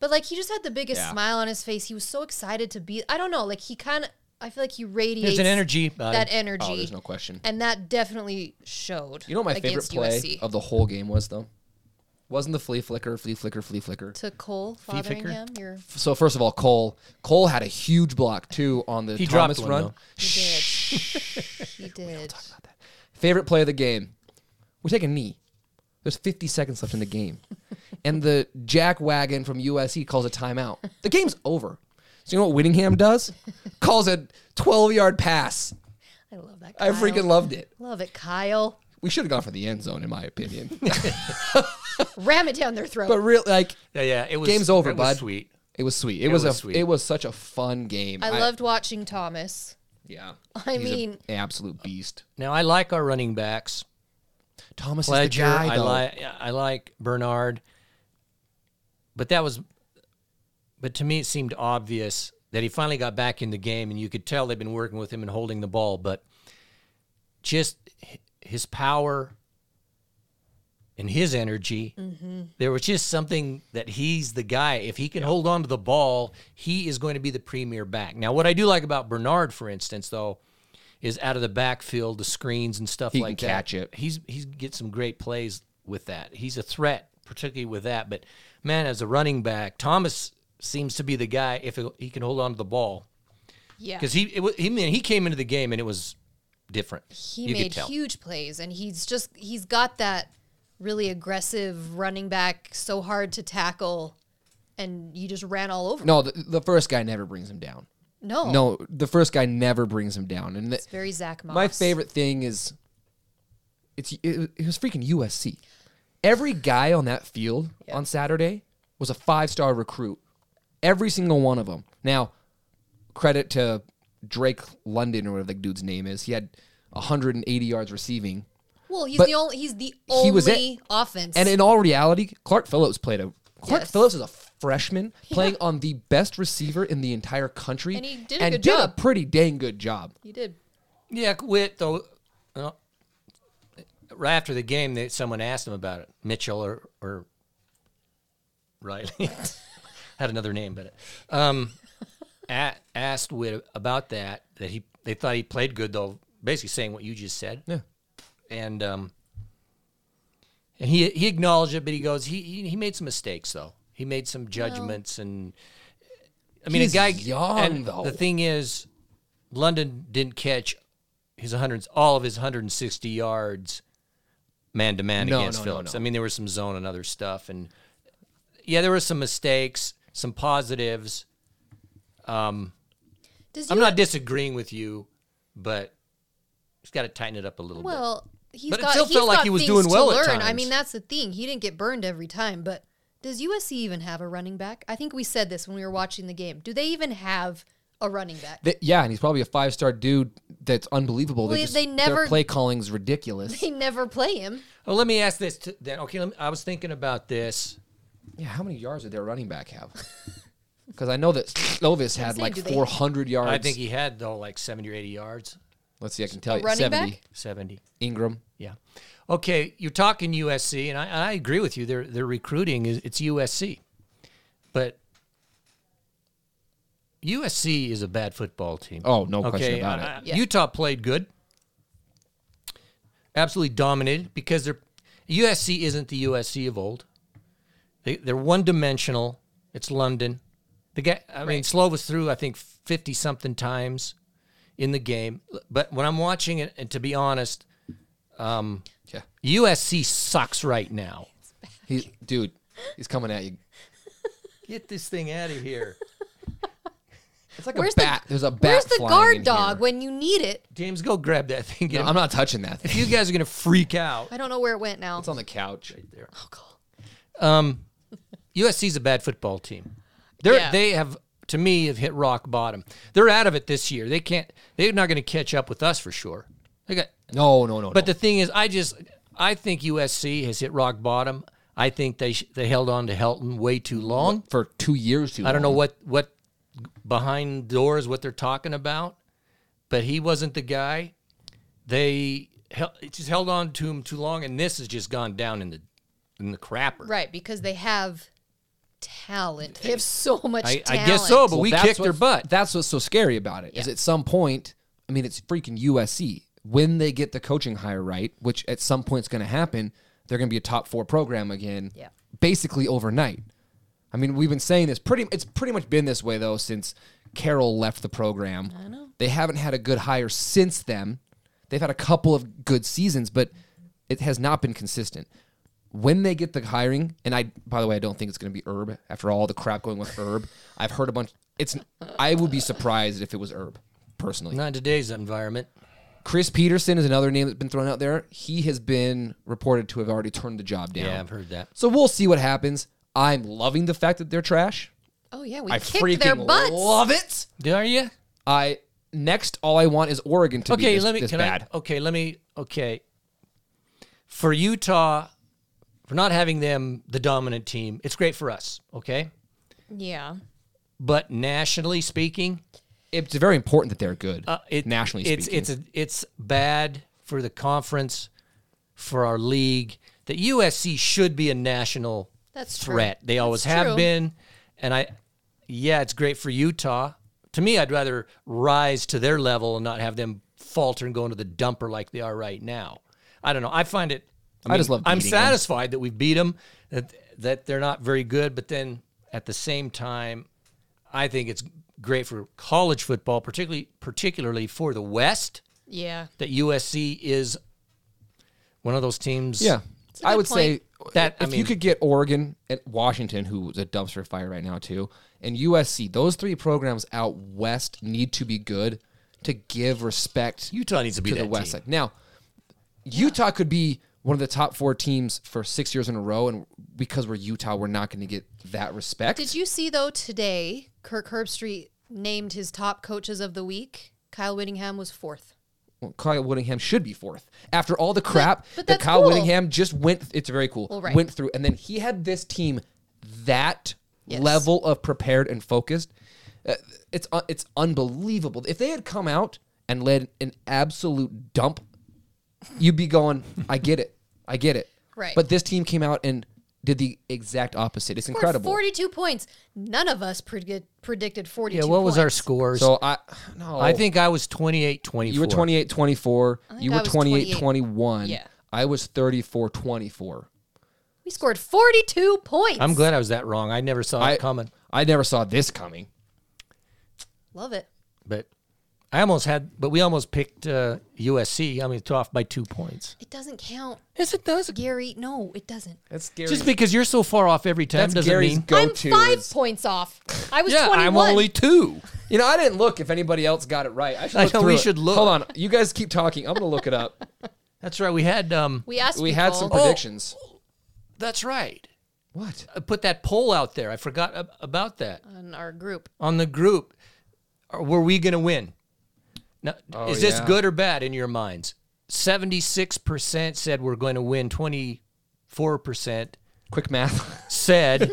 [SPEAKER 3] But like he just had the biggest
[SPEAKER 4] Yeah.
[SPEAKER 3] smile on his face. He was so excited to be. I don't know. Like he kind of. I feel like he radiates
[SPEAKER 2] There's an energy. buddy.
[SPEAKER 3] That energy.
[SPEAKER 4] Oh, there's no question.
[SPEAKER 3] And that definitely showed.
[SPEAKER 4] You know what my favorite
[SPEAKER 3] against
[SPEAKER 4] play
[SPEAKER 3] USC.
[SPEAKER 4] of the whole game was though? Wasn't the flea flicker, flea flicker, flea flicker.
[SPEAKER 3] to Cole
[SPEAKER 2] Ficker?
[SPEAKER 3] Fotheringham. Your
[SPEAKER 4] So first of all, Cole. Cole had a huge block too on the
[SPEAKER 2] He
[SPEAKER 4] Thomas
[SPEAKER 2] dropped one,
[SPEAKER 4] run.
[SPEAKER 2] though.
[SPEAKER 3] He did.
[SPEAKER 4] (laughs)
[SPEAKER 3] he did.
[SPEAKER 4] Favorite play of the game. We take a knee. There's 50 seconds left in
[SPEAKER 3] (laughs)
[SPEAKER 4] the game. and the jack wagon from USC calls a timeout. The game's over. So you know what Whittingham does? calls a 12 yard pass.
[SPEAKER 3] I love that.
[SPEAKER 4] I
[SPEAKER 3] Kyle.
[SPEAKER 4] freaking loved it.
[SPEAKER 3] love it, Kyle.
[SPEAKER 4] We should have gone for the end zone, in my opinion. (laughs)
[SPEAKER 3] Ram it down their throat.
[SPEAKER 4] but real like
[SPEAKER 2] yeah, yeah. It was
[SPEAKER 4] game's over,
[SPEAKER 2] it was
[SPEAKER 4] bud.
[SPEAKER 2] Sweet.
[SPEAKER 4] It was sweet. It, was,
[SPEAKER 2] was
[SPEAKER 4] a
[SPEAKER 2] sweet.
[SPEAKER 4] it was such a fun game.
[SPEAKER 3] I loved watching Thomas.
[SPEAKER 4] Yeah.
[SPEAKER 3] I
[SPEAKER 4] He's a
[SPEAKER 3] mean-
[SPEAKER 4] absolute beast.
[SPEAKER 2] Now I like our running backs.
[SPEAKER 4] Thomas
[SPEAKER 2] Pledger.
[SPEAKER 4] is the guy,
[SPEAKER 2] I
[SPEAKER 4] though.
[SPEAKER 2] like I like Bernard, but that was, but to me it seemed obvious that he finally got back in the game, and you could tell they've been working with him and holding the ball, but just h- his power, and his energy.
[SPEAKER 3] Mm-hmm.
[SPEAKER 2] There was just something that he's the guy. If he can hold on to the ball, he is going to be the premier back. Now, what I do like about Bernard, for instance, though, is out of the backfield, the screens and stuff
[SPEAKER 4] He can
[SPEAKER 2] like that.
[SPEAKER 4] catch it.
[SPEAKER 2] He's he's gets some great plays with that. He's a threat, particularly with that. But man, as a running back, Thomas seems to be the guy if he can hold on to the ball
[SPEAKER 3] Yeah.
[SPEAKER 2] because he it, wa- he man, he came into the game and it was different.
[SPEAKER 3] he
[SPEAKER 2] you could
[SPEAKER 3] made
[SPEAKER 2] tell.
[SPEAKER 3] huge plays and he's just he's got that really aggressive running back so hard to tackle and you just ran all over him.
[SPEAKER 4] No, the, the first guy never brings him down.
[SPEAKER 3] no
[SPEAKER 4] No, the first guy never brings him down. And the,
[SPEAKER 3] it's very zach moss
[SPEAKER 4] my favorite thing is it's it, it was freaking USC. Every guy on that field on Saturday was a five-star recruit. Every single one of them. Now, credit to Drake London or whatever the dude's name is. He had 180 yards receiving.
[SPEAKER 3] well he's
[SPEAKER 4] but
[SPEAKER 3] the only he's the only
[SPEAKER 4] he was it.
[SPEAKER 3] offense
[SPEAKER 4] And in all reality, Clark Phillips played a Clark
[SPEAKER 3] Yes.
[SPEAKER 4] Phillips is a freshman playing on the best receiver in the entire country,
[SPEAKER 3] And he did a
[SPEAKER 4] and
[SPEAKER 3] good
[SPEAKER 4] did a
[SPEAKER 3] job.
[SPEAKER 4] pretty dang good job.
[SPEAKER 3] he did
[SPEAKER 2] Yeah, quit though. Well, right after the game, they, someone asked him about it. Mitchell or or Riley (laughs) had another name, but um, a- asked Witt about that. That he they thought he played good though. Basically saying what you just said.
[SPEAKER 4] Yeah.
[SPEAKER 2] and um, and he he acknowledged it, but he goes he he, he made some mistakes though. He made some judgments and. I mean,
[SPEAKER 4] He's
[SPEAKER 2] a guy
[SPEAKER 4] young,
[SPEAKER 2] and
[SPEAKER 4] though.
[SPEAKER 2] The thing is, London didn't catch his 100 all of his 160 yards man to man
[SPEAKER 4] No,
[SPEAKER 2] against
[SPEAKER 4] no, no,
[SPEAKER 2] Phillips.
[SPEAKER 4] no.
[SPEAKER 2] I mean, there was some zone and other stuff, and yeah, there were some mistakes, some positives.
[SPEAKER 3] does
[SPEAKER 2] I'm
[SPEAKER 3] you-
[SPEAKER 2] not disagreeing with you, but he's got to tighten it up a little bit.
[SPEAKER 3] well he's
[SPEAKER 2] But it
[SPEAKER 3] got
[SPEAKER 2] still
[SPEAKER 3] he's
[SPEAKER 2] felt like
[SPEAKER 3] got
[SPEAKER 2] he was
[SPEAKER 3] things
[SPEAKER 2] doing
[SPEAKER 3] to
[SPEAKER 2] well at
[SPEAKER 3] learn i
[SPEAKER 2] times.
[SPEAKER 3] mean that's the thing he didn't get burned every time but does usc even have a running back i think we said this when we were watching the game do they even have a running back (laughs)
[SPEAKER 4] Th- yeah, and he's probably a five star dude that's unbelievable.
[SPEAKER 3] Well,
[SPEAKER 4] they, just,
[SPEAKER 3] they
[SPEAKER 4] their
[SPEAKER 3] never-
[SPEAKER 4] play calling's
[SPEAKER 3] (laughs)
[SPEAKER 4] ridiculous.
[SPEAKER 3] they never play him
[SPEAKER 2] Oh, let me ask this to, then. Okay, let me, I was thinking about this.
[SPEAKER 4] yeah, how many yards did their running back have? (laughs) Because I know that Slovis had
[SPEAKER 3] saying,
[SPEAKER 4] like
[SPEAKER 3] do they-
[SPEAKER 4] 400 yards.
[SPEAKER 2] I think he had though like 70 or 80 yards,
[SPEAKER 4] Let's see, I can tell you.
[SPEAKER 3] running
[SPEAKER 4] 70.
[SPEAKER 3] back?
[SPEAKER 2] 70.
[SPEAKER 4] Ingram.
[SPEAKER 2] Yeah. Okay, you're talking USC, and I, and I agree with you. Their their recruiting is it's USC, but USC is a bad football team.
[SPEAKER 4] Oh, no question
[SPEAKER 2] Okay,
[SPEAKER 4] about
[SPEAKER 2] I-
[SPEAKER 4] it.
[SPEAKER 2] I-
[SPEAKER 3] Yeah.
[SPEAKER 2] Utah played good, absolutely dominated because they're USC isn't the USC of old. They, they're one dimensional. It's London. The guy, I mean, Slovis threw I think fifty something times in the game. But when I'm watching it, and to be honest,
[SPEAKER 4] Yeah.
[SPEAKER 2] USC sucks right now.
[SPEAKER 4] He, dude, he's coming at you.
[SPEAKER 2] Get this thing out of here. (laughs)
[SPEAKER 4] It's like
[SPEAKER 3] Where's
[SPEAKER 4] a
[SPEAKER 3] the-
[SPEAKER 4] bat. There's a bat.
[SPEAKER 3] where's the
[SPEAKER 4] flying
[SPEAKER 3] guard
[SPEAKER 4] in
[SPEAKER 3] dog
[SPEAKER 4] here.
[SPEAKER 3] when you need it
[SPEAKER 2] James, go grab that thing. Get
[SPEAKER 4] No,
[SPEAKER 2] him.
[SPEAKER 4] I'm not touching that
[SPEAKER 2] If
[SPEAKER 4] thing.
[SPEAKER 2] (laughs) you guys are gonna freak out.
[SPEAKER 3] i don't know where it went now
[SPEAKER 4] (laughs) It's on the couch.
[SPEAKER 2] there. Oh, Um, USC's a bad football team. They're
[SPEAKER 3] Yeah.
[SPEAKER 2] they have to me have hit rock bottom. They're out of it this year. They can't. They're not going to catch up with us for sure. They got.
[SPEAKER 4] No, no, no.
[SPEAKER 2] But
[SPEAKER 4] no.
[SPEAKER 2] the thing is, I just I think USC has hit rock bottom. I think they sh- they held on to Helton way too long.
[SPEAKER 4] for two years too.
[SPEAKER 2] I don't know what what behind doors what they're talking about, but he wasn't the guy. They hel- it just held on to him too long, and this has just gone down in the in the crapper.
[SPEAKER 3] Right, because they have talent. They have so much
[SPEAKER 2] I, I
[SPEAKER 3] talent.
[SPEAKER 2] guess so, but we
[SPEAKER 4] Well, that's
[SPEAKER 2] kicked
[SPEAKER 4] what-
[SPEAKER 2] their butt.
[SPEAKER 4] That's what's so scary about it. Is at some point, I mean, it's freaking USC. When they get the coaching hire right, which at some point is going to happen, they're going to be a top four program again.
[SPEAKER 3] Yeah.
[SPEAKER 4] Basically overnight. I mean, we've been saying this pretty. It's pretty much been this way though since Carroll left the program. I know they haven't had a good hire since then. They've had a couple of good seasons, but it has not been consistent. When they get the hiring, and I, by the way, I don't think it's going to be Herb after all the crap going with Herb. I've heard a bunch. It's. I would be surprised if it was Herb, personally.
[SPEAKER 2] Not in today's environment.
[SPEAKER 4] Chris Peterson is another name that's been thrown out there. He has been reported to have already turned the job down.
[SPEAKER 2] Yeah, I've heard that.
[SPEAKER 4] So we'll see what happens. I'm loving the fact that they're trash.
[SPEAKER 3] Oh yeah, we
[SPEAKER 4] I freaking
[SPEAKER 3] kicked their butts.
[SPEAKER 4] love it.
[SPEAKER 2] Are you?
[SPEAKER 4] I next all I want is Oregon to be
[SPEAKER 2] Okay,
[SPEAKER 4] this,
[SPEAKER 2] let me.
[SPEAKER 4] this
[SPEAKER 2] Can
[SPEAKER 4] bad.
[SPEAKER 2] I? Okay, let me. Okay. For Utah, for not having them the dominant team, it's great for us. Okay,
[SPEAKER 3] yeah.
[SPEAKER 2] but nationally speaking,
[SPEAKER 4] It's very important that they're good.
[SPEAKER 2] uh, it,
[SPEAKER 4] nationally
[SPEAKER 2] it's
[SPEAKER 4] speaking,
[SPEAKER 2] it's a, it's bad for the conference, for our league. that USC should be a national
[SPEAKER 3] That's true.
[SPEAKER 2] threat. They always
[SPEAKER 3] That's
[SPEAKER 2] have
[SPEAKER 3] true.
[SPEAKER 2] been, and I, yeah, it's great for Utah. To me, I'd rather rise to their level and not have them falter and go into the dumper like they are right now. I don't know. I find it.
[SPEAKER 4] I just love
[SPEAKER 2] I'm
[SPEAKER 4] beating 'em.
[SPEAKER 2] satisfied that we beat them, that that they're not very good, but then at the same time, I think it's great for college football, particularly particularly for the West
[SPEAKER 3] Yeah.
[SPEAKER 2] that USC is one of those teams.
[SPEAKER 4] Yeah.
[SPEAKER 3] a
[SPEAKER 4] I
[SPEAKER 3] good
[SPEAKER 4] would say
[SPEAKER 2] That,
[SPEAKER 4] that
[SPEAKER 2] I
[SPEAKER 4] if
[SPEAKER 2] mean-
[SPEAKER 4] you could get Oregon and Washington, who's a dumpster fire right now too, and USC, those three programs out west need to be good to give respect
[SPEAKER 2] Utah needs to be
[SPEAKER 4] to the
[SPEAKER 2] that
[SPEAKER 4] west
[SPEAKER 2] team.
[SPEAKER 4] side. Now, Utah could be one of the top four teams for six years in a row, and because we're Utah, we're not going to get that respect.
[SPEAKER 3] Did you see though today Kirk Herbstreit named his top coaches of the week? Kyle Whittingham was fourth.
[SPEAKER 4] Well, Kyle Whittingham should be fourth after all the crap
[SPEAKER 3] but
[SPEAKER 4] that
[SPEAKER 3] that's
[SPEAKER 4] Kyle
[SPEAKER 3] cool.
[SPEAKER 4] Whittingham just went. It's very cool.
[SPEAKER 3] Well, right.
[SPEAKER 4] Went through, and then he had this team that
[SPEAKER 3] Yes.
[SPEAKER 4] level of prepared and focused. Uh, it's un- it's unbelievable. If they had come out and led an absolute dump, you'd be going, "I get it, I get it."
[SPEAKER 3] Right.
[SPEAKER 4] But this team came out and did the exact opposite. It's
[SPEAKER 3] Scored
[SPEAKER 4] incredible.
[SPEAKER 3] Forty-two points. None of us predict, predicted forty-two.
[SPEAKER 2] Yeah, what was our
[SPEAKER 3] points.
[SPEAKER 2] scores?
[SPEAKER 4] So I no.
[SPEAKER 2] I think I was 28 24.
[SPEAKER 4] You were 28 24.
[SPEAKER 3] think
[SPEAKER 4] You
[SPEAKER 3] I
[SPEAKER 4] were
[SPEAKER 3] was
[SPEAKER 4] 28
[SPEAKER 3] 28.
[SPEAKER 4] 21.
[SPEAKER 3] Yeah.
[SPEAKER 4] I was 34 24.
[SPEAKER 3] We scored forty-two points.
[SPEAKER 2] I'm glad I was that wrong. I never saw
[SPEAKER 4] I,
[SPEAKER 2] it coming,
[SPEAKER 4] I never saw this coming.
[SPEAKER 3] Love it.
[SPEAKER 2] but I almost had, but we almost picked uh, USC. I mean, it's off by two points.
[SPEAKER 3] It doesn't count,
[SPEAKER 2] Is it does?
[SPEAKER 3] Gary. No, it doesn't.
[SPEAKER 4] That's scary.
[SPEAKER 2] Just because you're so far off every time
[SPEAKER 4] That's
[SPEAKER 2] doesn't
[SPEAKER 4] Gary's
[SPEAKER 2] mean.
[SPEAKER 4] go
[SPEAKER 3] I'm
[SPEAKER 4] to.
[SPEAKER 3] five points off. I was
[SPEAKER 2] yeah,
[SPEAKER 3] twenty-one.
[SPEAKER 2] I'm only two.
[SPEAKER 4] you know, I didn't look if anybody else got it right. I should
[SPEAKER 2] I
[SPEAKER 4] look
[SPEAKER 2] know,
[SPEAKER 4] through
[SPEAKER 2] we
[SPEAKER 4] it.
[SPEAKER 2] should look.
[SPEAKER 4] Hold on. You guys keep talking. I'm going to look it up.
[SPEAKER 2] That's right. We had. um
[SPEAKER 3] we asked.
[SPEAKER 4] We had
[SPEAKER 3] people-
[SPEAKER 4] some predictions.
[SPEAKER 2] That's right.
[SPEAKER 4] What?
[SPEAKER 2] I put that poll out there. I forgot ab- about that
[SPEAKER 3] on our group.
[SPEAKER 2] on the group. Are- Were we going to win? Now,
[SPEAKER 4] Oh,
[SPEAKER 2] is this
[SPEAKER 4] yeah.
[SPEAKER 2] good or bad in your minds? Seventy-six percent said we're going to win. Twenty-four percent
[SPEAKER 4] Quick math. (laughs)
[SPEAKER 3] (laughs)
[SPEAKER 2] said,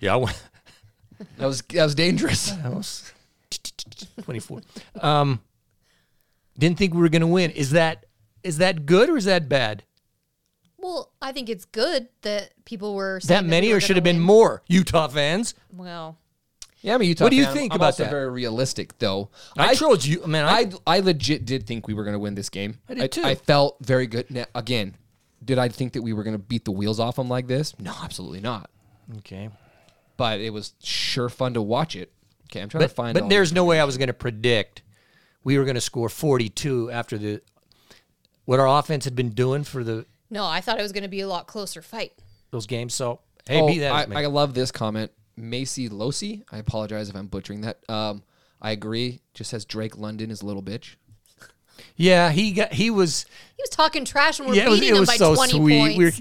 [SPEAKER 2] "Yeah, I won."
[SPEAKER 4] that was that
[SPEAKER 2] (laughs)
[SPEAKER 4] was dangerous.
[SPEAKER 2] I was twenty-four. Um, didn't think we were going to win. Is that is that good or is that bad?
[SPEAKER 3] Well, I think it's good that people were saying
[SPEAKER 2] That many,
[SPEAKER 3] we were
[SPEAKER 2] or should have
[SPEAKER 3] gonna
[SPEAKER 2] been
[SPEAKER 3] win.
[SPEAKER 2] more Utah fans?
[SPEAKER 3] Well,
[SPEAKER 4] Yeah, I'm a Utah
[SPEAKER 2] What do you
[SPEAKER 4] fan.
[SPEAKER 2] think
[SPEAKER 4] I'm
[SPEAKER 2] about
[SPEAKER 4] also
[SPEAKER 2] that?
[SPEAKER 4] very realistic, though.
[SPEAKER 2] I, told you, man. I,
[SPEAKER 4] I I legit did think we were going to win this game.
[SPEAKER 2] I did too.
[SPEAKER 4] I, felt very good. Now, again, did I think that we were going to beat the wheels off them like this? No, absolutely not.
[SPEAKER 2] okay.
[SPEAKER 4] But it was sure fun to watch it. Okay, I'm trying to find.
[SPEAKER 2] But
[SPEAKER 4] all
[SPEAKER 2] there's no way I was going to predict we were going to score 42 after the what our offense had been doing for the
[SPEAKER 3] no, I thought it was going to be a lot closer fight.
[SPEAKER 2] those games. So
[SPEAKER 4] the-
[SPEAKER 2] hey,
[SPEAKER 4] Oh,
[SPEAKER 2] be that as
[SPEAKER 4] I,
[SPEAKER 2] may-
[SPEAKER 4] I love this comment, Macy Losi. I apologize if I'm butchering that. Um, I agree. Just says Drake London is a little bitch.
[SPEAKER 2] yeah, he got he was
[SPEAKER 3] He was talking trash and we're
[SPEAKER 2] yeah, it was,
[SPEAKER 3] beating
[SPEAKER 2] it was
[SPEAKER 3] him by
[SPEAKER 2] so
[SPEAKER 3] twenty
[SPEAKER 2] sweet.
[SPEAKER 3] points.
[SPEAKER 2] We were,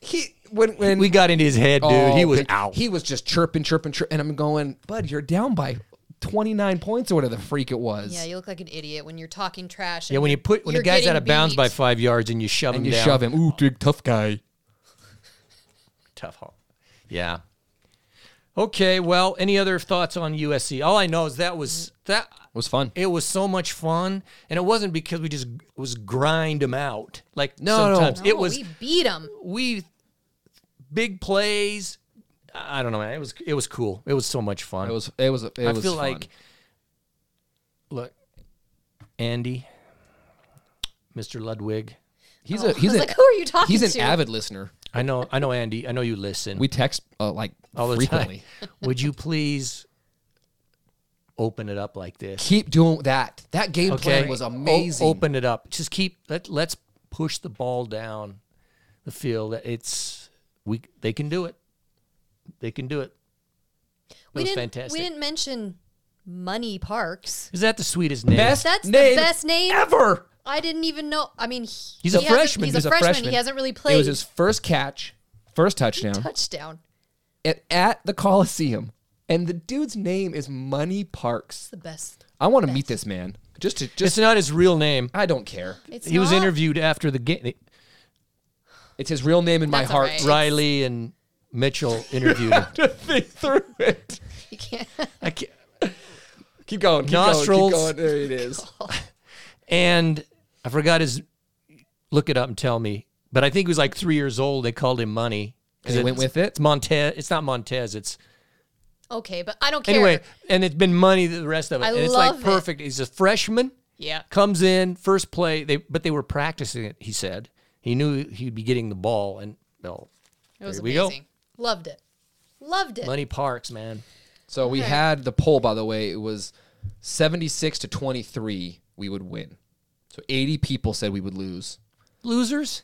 [SPEAKER 4] He when when
[SPEAKER 2] we got into his head, dude. he
[SPEAKER 4] Oh,
[SPEAKER 2] was
[SPEAKER 4] good.
[SPEAKER 2] out.
[SPEAKER 4] He was just chirping, chirping, chirping, and I'm going, bud, you're down by 29 points or whatever the freak it was.
[SPEAKER 3] Yeah, you look like an idiot when you're talking trash.
[SPEAKER 2] yeah, when you put when the guy's out of bounds by five yards and you shove
[SPEAKER 4] and
[SPEAKER 2] him
[SPEAKER 4] you
[SPEAKER 2] down,
[SPEAKER 4] shove him. Ooh, big tough guy.
[SPEAKER 2] tough haul. Yeah. Okay. Well, any other thoughts on USC? All I know is that was that
[SPEAKER 4] was fun.
[SPEAKER 2] It was so much fun, and it wasn't because we just it was grind them out. Like
[SPEAKER 4] No, no.
[SPEAKER 2] sometimes it was
[SPEAKER 3] we beat him.
[SPEAKER 2] we big plays. I don't know, man. It was it was cool. It was so much fun.
[SPEAKER 4] It was. It was. It
[SPEAKER 2] I
[SPEAKER 4] was
[SPEAKER 2] feel
[SPEAKER 4] fun.
[SPEAKER 2] like look, Andy, Mr. Ludwig.
[SPEAKER 4] he's
[SPEAKER 3] Oh,
[SPEAKER 4] a.
[SPEAKER 3] I
[SPEAKER 4] He's
[SPEAKER 3] was
[SPEAKER 4] an,
[SPEAKER 3] like, who are you talking
[SPEAKER 4] He's an
[SPEAKER 3] to?
[SPEAKER 4] avid listener.
[SPEAKER 2] I know, I know, Andy. I know you listen
[SPEAKER 4] We text uh, like
[SPEAKER 2] all the
[SPEAKER 4] frequently.
[SPEAKER 2] time. Would you please open it up like this?
[SPEAKER 4] Keep doing that. That game plan was
[SPEAKER 2] O-
[SPEAKER 4] amazing.
[SPEAKER 2] open it up. Just keep let let's push the ball down the field. It's we they can do it. They can do it. It
[SPEAKER 3] We
[SPEAKER 2] was
[SPEAKER 3] didn't.
[SPEAKER 2] fantastic.
[SPEAKER 3] We didn't mention Money Parks.
[SPEAKER 2] Is that the sweetest name?
[SPEAKER 4] Best
[SPEAKER 3] That's
[SPEAKER 4] name
[SPEAKER 3] the best name
[SPEAKER 4] ever.
[SPEAKER 3] I didn't even know. I mean, he,
[SPEAKER 2] He's a
[SPEAKER 3] he hasn't-
[SPEAKER 2] freshman.
[SPEAKER 3] He's, a, freshman. He hasn't really played
[SPEAKER 4] It was his first catch, first touchdown
[SPEAKER 3] touchdown.
[SPEAKER 4] at, at the Coliseum, and the dude's name is Money Parks.
[SPEAKER 3] The best.
[SPEAKER 4] I want to meet this man. Just to
[SPEAKER 2] It's
[SPEAKER 4] just.
[SPEAKER 2] not his real name.
[SPEAKER 4] I don't care.
[SPEAKER 3] It's
[SPEAKER 2] he was
[SPEAKER 3] not- (laughs)
[SPEAKER 2] interviewed after the game.
[SPEAKER 4] It's his real name in my
[SPEAKER 3] That's
[SPEAKER 4] heart.
[SPEAKER 3] alright.
[SPEAKER 2] Riley and
[SPEAKER 3] (laughs)
[SPEAKER 2] Mitchell interviewed him.
[SPEAKER 4] (laughs) To think through it.
[SPEAKER 3] You can't.
[SPEAKER 2] I can't-
[SPEAKER 4] Keep going. Keep
[SPEAKER 2] Nostrils.
[SPEAKER 4] Going, keep going. There it is.
[SPEAKER 2] and I forgot his. Look it up and tell me. But I think he was like three years old. They called him Money. 'Cause
[SPEAKER 4] And he went
[SPEAKER 2] it's-
[SPEAKER 4] with it?
[SPEAKER 2] It's Montez. It's not Montez. It's
[SPEAKER 3] Okay, but I don't care.
[SPEAKER 2] anyway, and it's been money the rest of it.
[SPEAKER 3] I
[SPEAKER 2] and it's
[SPEAKER 3] love
[SPEAKER 2] like
[SPEAKER 3] it.
[SPEAKER 2] perfect. He's a freshman.
[SPEAKER 3] Yeah.
[SPEAKER 2] Comes in, first play, they but they were practicing it, he said. He knew he'd be getting the ball and well,
[SPEAKER 3] It was
[SPEAKER 2] there we go.
[SPEAKER 3] amazing. Loved it. Loved it.
[SPEAKER 2] Money Parks, man.
[SPEAKER 4] So we had the poll, by the way. It was 76 to 23, we would win. So 80 people said we would lose.
[SPEAKER 2] Losers.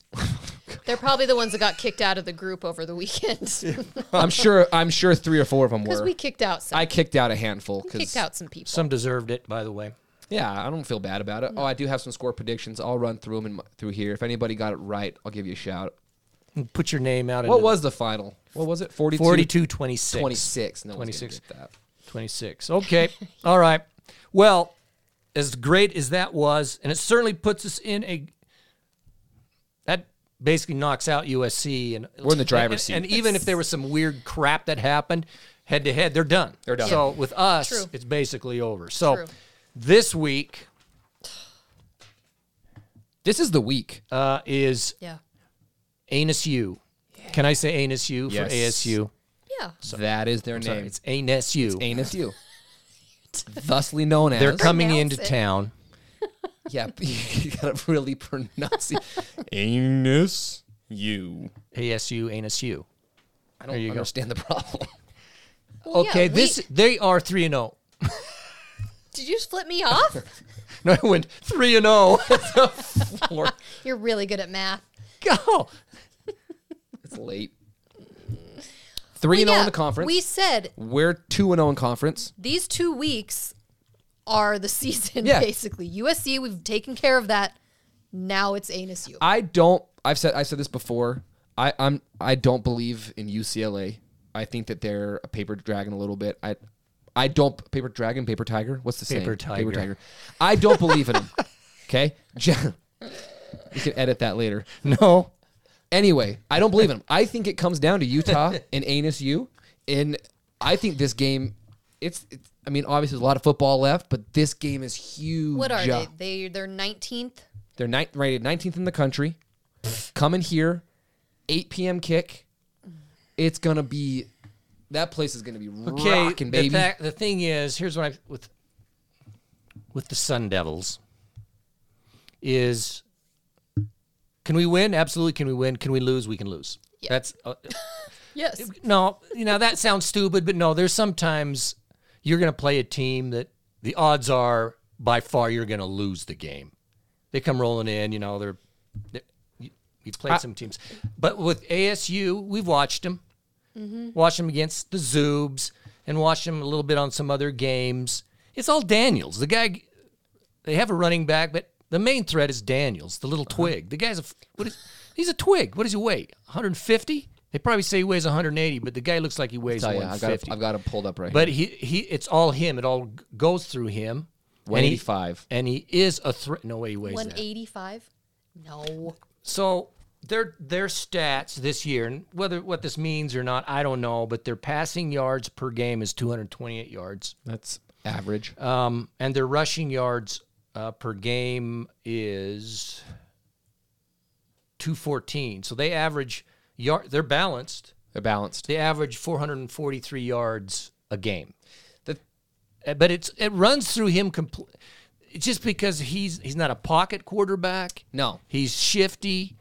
[SPEAKER 3] They're probably the ones that got kicked out of the group over the (laughs) weekend
[SPEAKER 4] I'm sure I'm sure three or
[SPEAKER 3] (laughs)
[SPEAKER 4] four of them
[SPEAKER 3] because
[SPEAKER 4] were.
[SPEAKER 3] we kicked out some.
[SPEAKER 4] I kicked out a handful
[SPEAKER 3] we kicked
[SPEAKER 4] because
[SPEAKER 3] out some people.
[SPEAKER 2] Some deserved it, by the way.
[SPEAKER 4] yeah, I don't feel bad about it. Oh, I do have some score predictions. I'll run through them in my, through here. If anybody got it right, I'll give you a shout.
[SPEAKER 2] Put your name out.
[SPEAKER 4] What
[SPEAKER 2] into
[SPEAKER 4] was the final? What was it? 42,
[SPEAKER 2] 42 26.
[SPEAKER 4] 26. No
[SPEAKER 2] 26.
[SPEAKER 4] 26. that.
[SPEAKER 2] 26. Okay. (laughs) All right. Well, as great as that was, and it certainly puts us in a that basically knocks out USC and
[SPEAKER 4] We're in the driver's
[SPEAKER 2] and- And,
[SPEAKER 4] seat.
[SPEAKER 2] even if there was some weird crap that happened head to head, they're done. They're
[SPEAKER 4] done.
[SPEAKER 2] So with us,
[SPEAKER 3] True.
[SPEAKER 2] it's basically over. So
[SPEAKER 3] True.
[SPEAKER 2] this week
[SPEAKER 4] This is the week.
[SPEAKER 2] uh, is
[SPEAKER 3] yeah.
[SPEAKER 2] Anus U. Can I say Anus U
[SPEAKER 4] Yes.
[SPEAKER 2] for ASU?
[SPEAKER 3] Yeah.
[SPEAKER 4] that is their name.
[SPEAKER 2] Sorry, it's Anus U. (laughs)
[SPEAKER 4] Anus U. Thusly known as.
[SPEAKER 2] They're
[SPEAKER 4] (laughs)
[SPEAKER 2] coming
[SPEAKER 3] Pronounce
[SPEAKER 2] into
[SPEAKER 3] it.
[SPEAKER 2] town.
[SPEAKER 4] Yeah, (laughs) you gotta really
[SPEAKER 2] (laughs)
[SPEAKER 4] pronounce it. Anus you.
[SPEAKER 2] ASU, Anus U.
[SPEAKER 4] I don't
[SPEAKER 2] you go.
[SPEAKER 4] understand the problem. (laughs)
[SPEAKER 3] Well, yeah,
[SPEAKER 2] Okay,
[SPEAKER 3] we-
[SPEAKER 2] this they are three and oh. zero.
[SPEAKER 3] Did you just flip me off?
[SPEAKER 4] (laughs)
[SPEAKER 2] No, I went three and
[SPEAKER 4] oh.
[SPEAKER 2] zero.
[SPEAKER 4] Or-
[SPEAKER 3] You're really good at math.
[SPEAKER 2] Go.
[SPEAKER 4] it's late. Three and zero
[SPEAKER 3] Yeah,
[SPEAKER 4] in the conference.
[SPEAKER 3] We said
[SPEAKER 4] We- are two and zero in conference.
[SPEAKER 3] these two weeks are the (laughs) season,
[SPEAKER 4] Yeah.
[SPEAKER 3] basically. USC, we've taken care of that. Now it's anus U.
[SPEAKER 4] I don't. I've said. I said this before. I, I'm. I don't believe in UCLA. I think that they're a paper dragon a little bit. I. I don't paper dragon, paper tiger. What's the
[SPEAKER 2] Paper
[SPEAKER 4] saying?
[SPEAKER 2] tiger.
[SPEAKER 4] Paper tiger. I don't believe in them. Okay, (laughs) Jen- you can edit that later.
[SPEAKER 2] (laughs) No.
[SPEAKER 4] Anyway, I don't believe in him. I think it comes down
[SPEAKER 2] (laughs)
[SPEAKER 4] to Utah and Anus U. And I think this game, it's, it's I mean, obviously there's a lot of football left, but this game is huge.
[SPEAKER 3] What are they? They they're nineteenth.
[SPEAKER 4] They're ninth, rated 19th in the country. Coming here, 8 p.m. kick. It's going to be, that place is going to be
[SPEAKER 2] Okay.
[SPEAKER 4] rocking,
[SPEAKER 2] the
[SPEAKER 4] baby.
[SPEAKER 2] fact- the thing is, here's what I with with the Sun Devils is can we win? Absolutely, can we win? Can we lose? We can lose. That's uh,
[SPEAKER 3] Yes.
[SPEAKER 2] no, you know that sounds stupid, but no, there's sometimes you're going to play a team that the odds are by far you're going to lose the game. They come rolling in, you know, they're, they're you- we've played some teams, but with ASU, we've watched them,
[SPEAKER 4] Mm-hmm.
[SPEAKER 2] watched them against the Zoobs, and watched them a little bit on some other games. It's all Daniels. The guy, they have a running back, but the main threat is Daniels, the little
[SPEAKER 4] Uh-huh.
[SPEAKER 2] twig. The guy's a f- what is he's a twig. What does he weigh? 150? They probably say he weighs 180, but the guy looks like he weighs
[SPEAKER 4] Tell ya, I've got,
[SPEAKER 2] 150.
[SPEAKER 4] it- I've got him pulled up right
[SPEAKER 2] but he he it's all him. It all g- goes through him.
[SPEAKER 4] here. 185.
[SPEAKER 2] And he, and he is a threat. No way he weighs
[SPEAKER 3] One
[SPEAKER 2] that.
[SPEAKER 3] eighty five? No.
[SPEAKER 2] So their their stats this year, and whether what this means or not, I don't know. But their passing yards per game is 228 yards.
[SPEAKER 4] That's average.
[SPEAKER 2] Um, and their rushing yards uh, per game is 214. So they average yard. They're balanced.
[SPEAKER 4] They're balanced.
[SPEAKER 2] They average 443 yards a game.
[SPEAKER 4] The-
[SPEAKER 2] Uh, But it's it runs through him compl- it's just because he's he's not a pocket quarterback.
[SPEAKER 4] No.
[SPEAKER 2] he's shifty.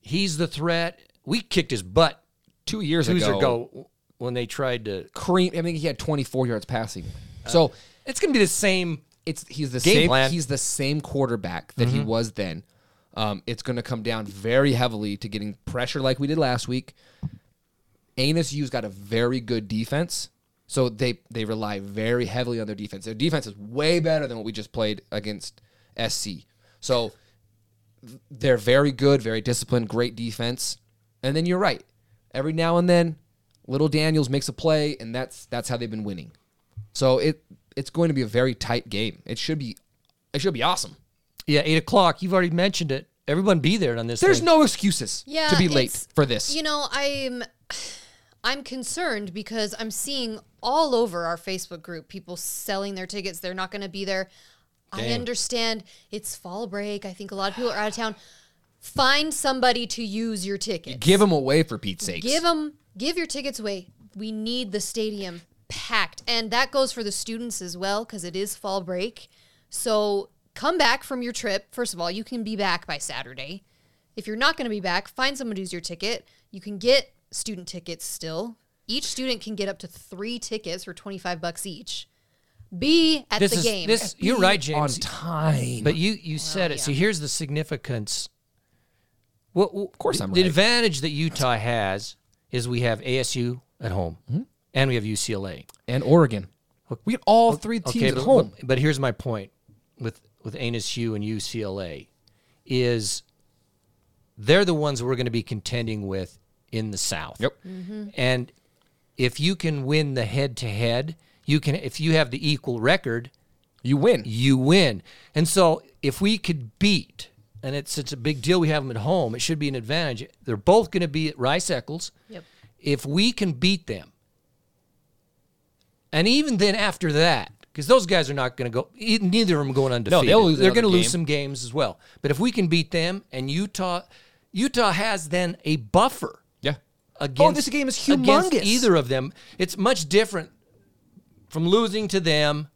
[SPEAKER 2] He's the threat. We kicked his butt
[SPEAKER 4] Two years
[SPEAKER 2] two years
[SPEAKER 4] ago.
[SPEAKER 2] ago when they tried to.
[SPEAKER 4] Cream, I mean, he had 24 yards passing. So
[SPEAKER 2] It's gonna be the same.
[SPEAKER 4] it's he's the
[SPEAKER 2] Game
[SPEAKER 4] same
[SPEAKER 2] plan. Mm-hmm.
[SPEAKER 4] he's the same quarterback that he was then. Um, it's going to come down very heavily to getting pressure like we did last week. Anus U's got a very good defense, so they they rely very heavily on their defense. Their defense is way better than what we just played against SC. So they're very good, very disciplined, great defense. And then you're right. Every now and then, little Daniels makes a play, and that's that's how they've been winning. So it it's going to be a very tight game. It should be it should be awesome.
[SPEAKER 2] Yeah, eight o'clock. You've already mentioned it. Everyone be there on this.
[SPEAKER 4] There's
[SPEAKER 2] thing.
[SPEAKER 4] no excuses
[SPEAKER 3] Yeah,
[SPEAKER 4] to be late
[SPEAKER 3] it's-
[SPEAKER 4] for this.
[SPEAKER 3] You know, I'm I'm concerned because I'm seeing all over our Facebook group people selling their tickets. They're not going to be there. I understand it's fall break. I think a lot of people are out of town. Find somebody to use your tickets.
[SPEAKER 4] Give them away for Pete's sake.
[SPEAKER 3] Give 'em- give your tickets away. We need the stadium packed. And that goes for the students as well cuz it is fall break. So come back from your trip. First of all, you can be back by Saturday. If you're not going to be back, find someone to use your ticket. You can get student tickets still. Each student can get up to 3 tickets for 25 bucks each. Be at
[SPEAKER 2] This
[SPEAKER 3] the
[SPEAKER 2] is
[SPEAKER 3] game.
[SPEAKER 2] this. You're right,
[SPEAKER 4] on
[SPEAKER 2] James.
[SPEAKER 4] time.
[SPEAKER 2] But you you said it. See, here's the significance. Well, of
[SPEAKER 4] course I'm
[SPEAKER 2] the
[SPEAKER 4] right.
[SPEAKER 2] advantage that Utah has is we have ASU at home,
[SPEAKER 4] Mm-hmm.
[SPEAKER 2] and we have UCLA.
[SPEAKER 4] and Oregon. We had all three teams at
[SPEAKER 2] but,
[SPEAKER 4] home.
[SPEAKER 2] But, but here's my point with with ANSU and UCLA is they're the ones we're going to be contending with in the South.
[SPEAKER 4] Yep.
[SPEAKER 2] And if you can win the head to head, you can. If you have the equal record,
[SPEAKER 4] You win.
[SPEAKER 2] you win. And so if we could beat, and it's it's a big deal, we have them at home. It should be an advantage. They're both going to be at Rice Eccles.
[SPEAKER 3] Yep.
[SPEAKER 2] If we can beat them, and even then after that, because those guys are not going to go. e- Neither of them going undefeated.
[SPEAKER 4] they'll lose
[SPEAKER 2] They're
[SPEAKER 4] another
[SPEAKER 2] going to lose
[SPEAKER 4] game.
[SPEAKER 2] some games as well. But if we can beat them, and Utah, Utah has then a buffer
[SPEAKER 4] Yeah.
[SPEAKER 2] against
[SPEAKER 4] oh, this game is
[SPEAKER 2] against
[SPEAKER 4] humongous.
[SPEAKER 2] either of them. It's much different from losing to them,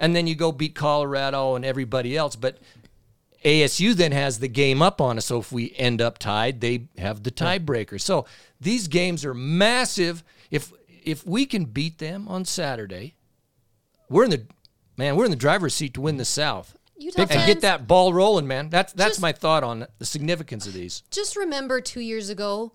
[SPEAKER 2] and then you go beat Colorado and everybody else. But ASU then has the game up on us. So if we end up tied, they have the tiebreaker. So these games are massive. If if we can beat them on Saturday, we're in the man. We're in the driver's seat to win the South.
[SPEAKER 3] Utah
[SPEAKER 2] and
[SPEAKER 3] fans-
[SPEAKER 2] get that ball rolling, man. That's that's
[SPEAKER 3] Just-
[SPEAKER 2] my thought on the significance of these.
[SPEAKER 3] just remember two years ago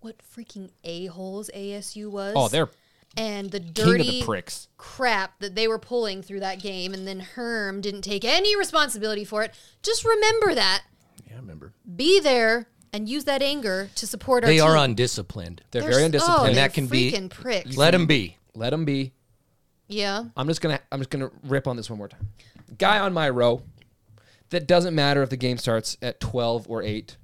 [SPEAKER 3] what freaking a-holes ASU was.
[SPEAKER 4] Oh, they're
[SPEAKER 3] and the dirty
[SPEAKER 4] king of the pricks.
[SPEAKER 3] crap that they were pulling through that game and then Herm didn't take any responsibility for it. Just remember that.
[SPEAKER 2] Yeah, I remember.
[SPEAKER 3] Be there and use that anger to support our
[SPEAKER 2] They
[SPEAKER 3] team.
[SPEAKER 2] are undisciplined.
[SPEAKER 4] They're,
[SPEAKER 3] They're
[SPEAKER 4] very
[SPEAKER 3] s- Oh,
[SPEAKER 4] undisciplined.
[SPEAKER 3] they're
[SPEAKER 2] And that can be-
[SPEAKER 3] freaking pricks.
[SPEAKER 2] Let them be.
[SPEAKER 4] Let them be.
[SPEAKER 3] yeah.
[SPEAKER 4] I'm just gonna I'm just gonna rip on this one more time. Guy on my row that doesn't matter if the game starts at 12 or 8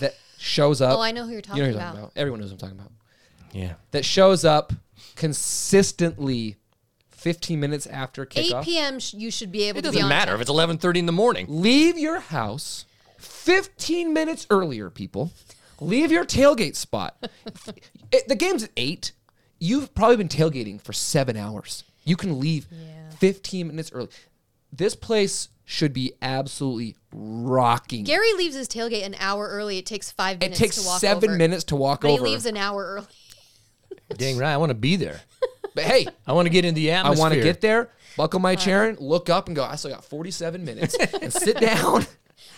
[SPEAKER 4] that shows up.
[SPEAKER 3] Oh, I know who you're talking
[SPEAKER 4] you know who
[SPEAKER 3] about.
[SPEAKER 4] Everyone knows what I'm talking about.
[SPEAKER 2] Yeah.
[SPEAKER 4] That shows up consistently 15 minutes after
[SPEAKER 3] 8
[SPEAKER 4] kickoff.
[SPEAKER 3] p.m. Sh- you should be able
[SPEAKER 2] It
[SPEAKER 3] to be
[SPEAKER 2] doesn't
[SPEAKER 3] on
[SPEAKER 2] matter if it's 11:30 in the morning.
[SPEAKER 4] Leave your house 15 minutes earlier, people. Leave your
[SPEAKER 3] (laughs)
[SPEAKER 4] tailgate spot. It- the game's at 8. You've probably been tailgating for 7 hours. You can leave
[SPEAKER 3] Yeah.
[SPEAKER 4] 15 minutes early. This place should be absolutely rocking.
[SPEAKER 3] Gary leaves his tailgate an hour early. It takes five
[SPEAKER 4] it
[SPEAKER 3] minutes
[SPEAKER 4] takes
[SPEAKER 3] to walk
[SPEAKER 4] 7
[SPEAKER 3] over.
[SPEAKER 4] minutes to walk
[SPEAKER 3] But
[SPEAKER 4] over.
[SPEAKER 3] he leaves an hour early. (laughs)
[SPEAKER 2] Dang right, I want to be there.
[SPEAKER 4] but hey,
[SPEAKER 2] (laughs) I want to get in the
[SPEAKER 4] I
[SPEAKER 2] atmosphere.
[SPEAKER 4] want to get there, buckle my chair in, look up and go, I still got 47
[SPEAKER 3] (laughs)
[SPEAKER 4] minutes and sit down.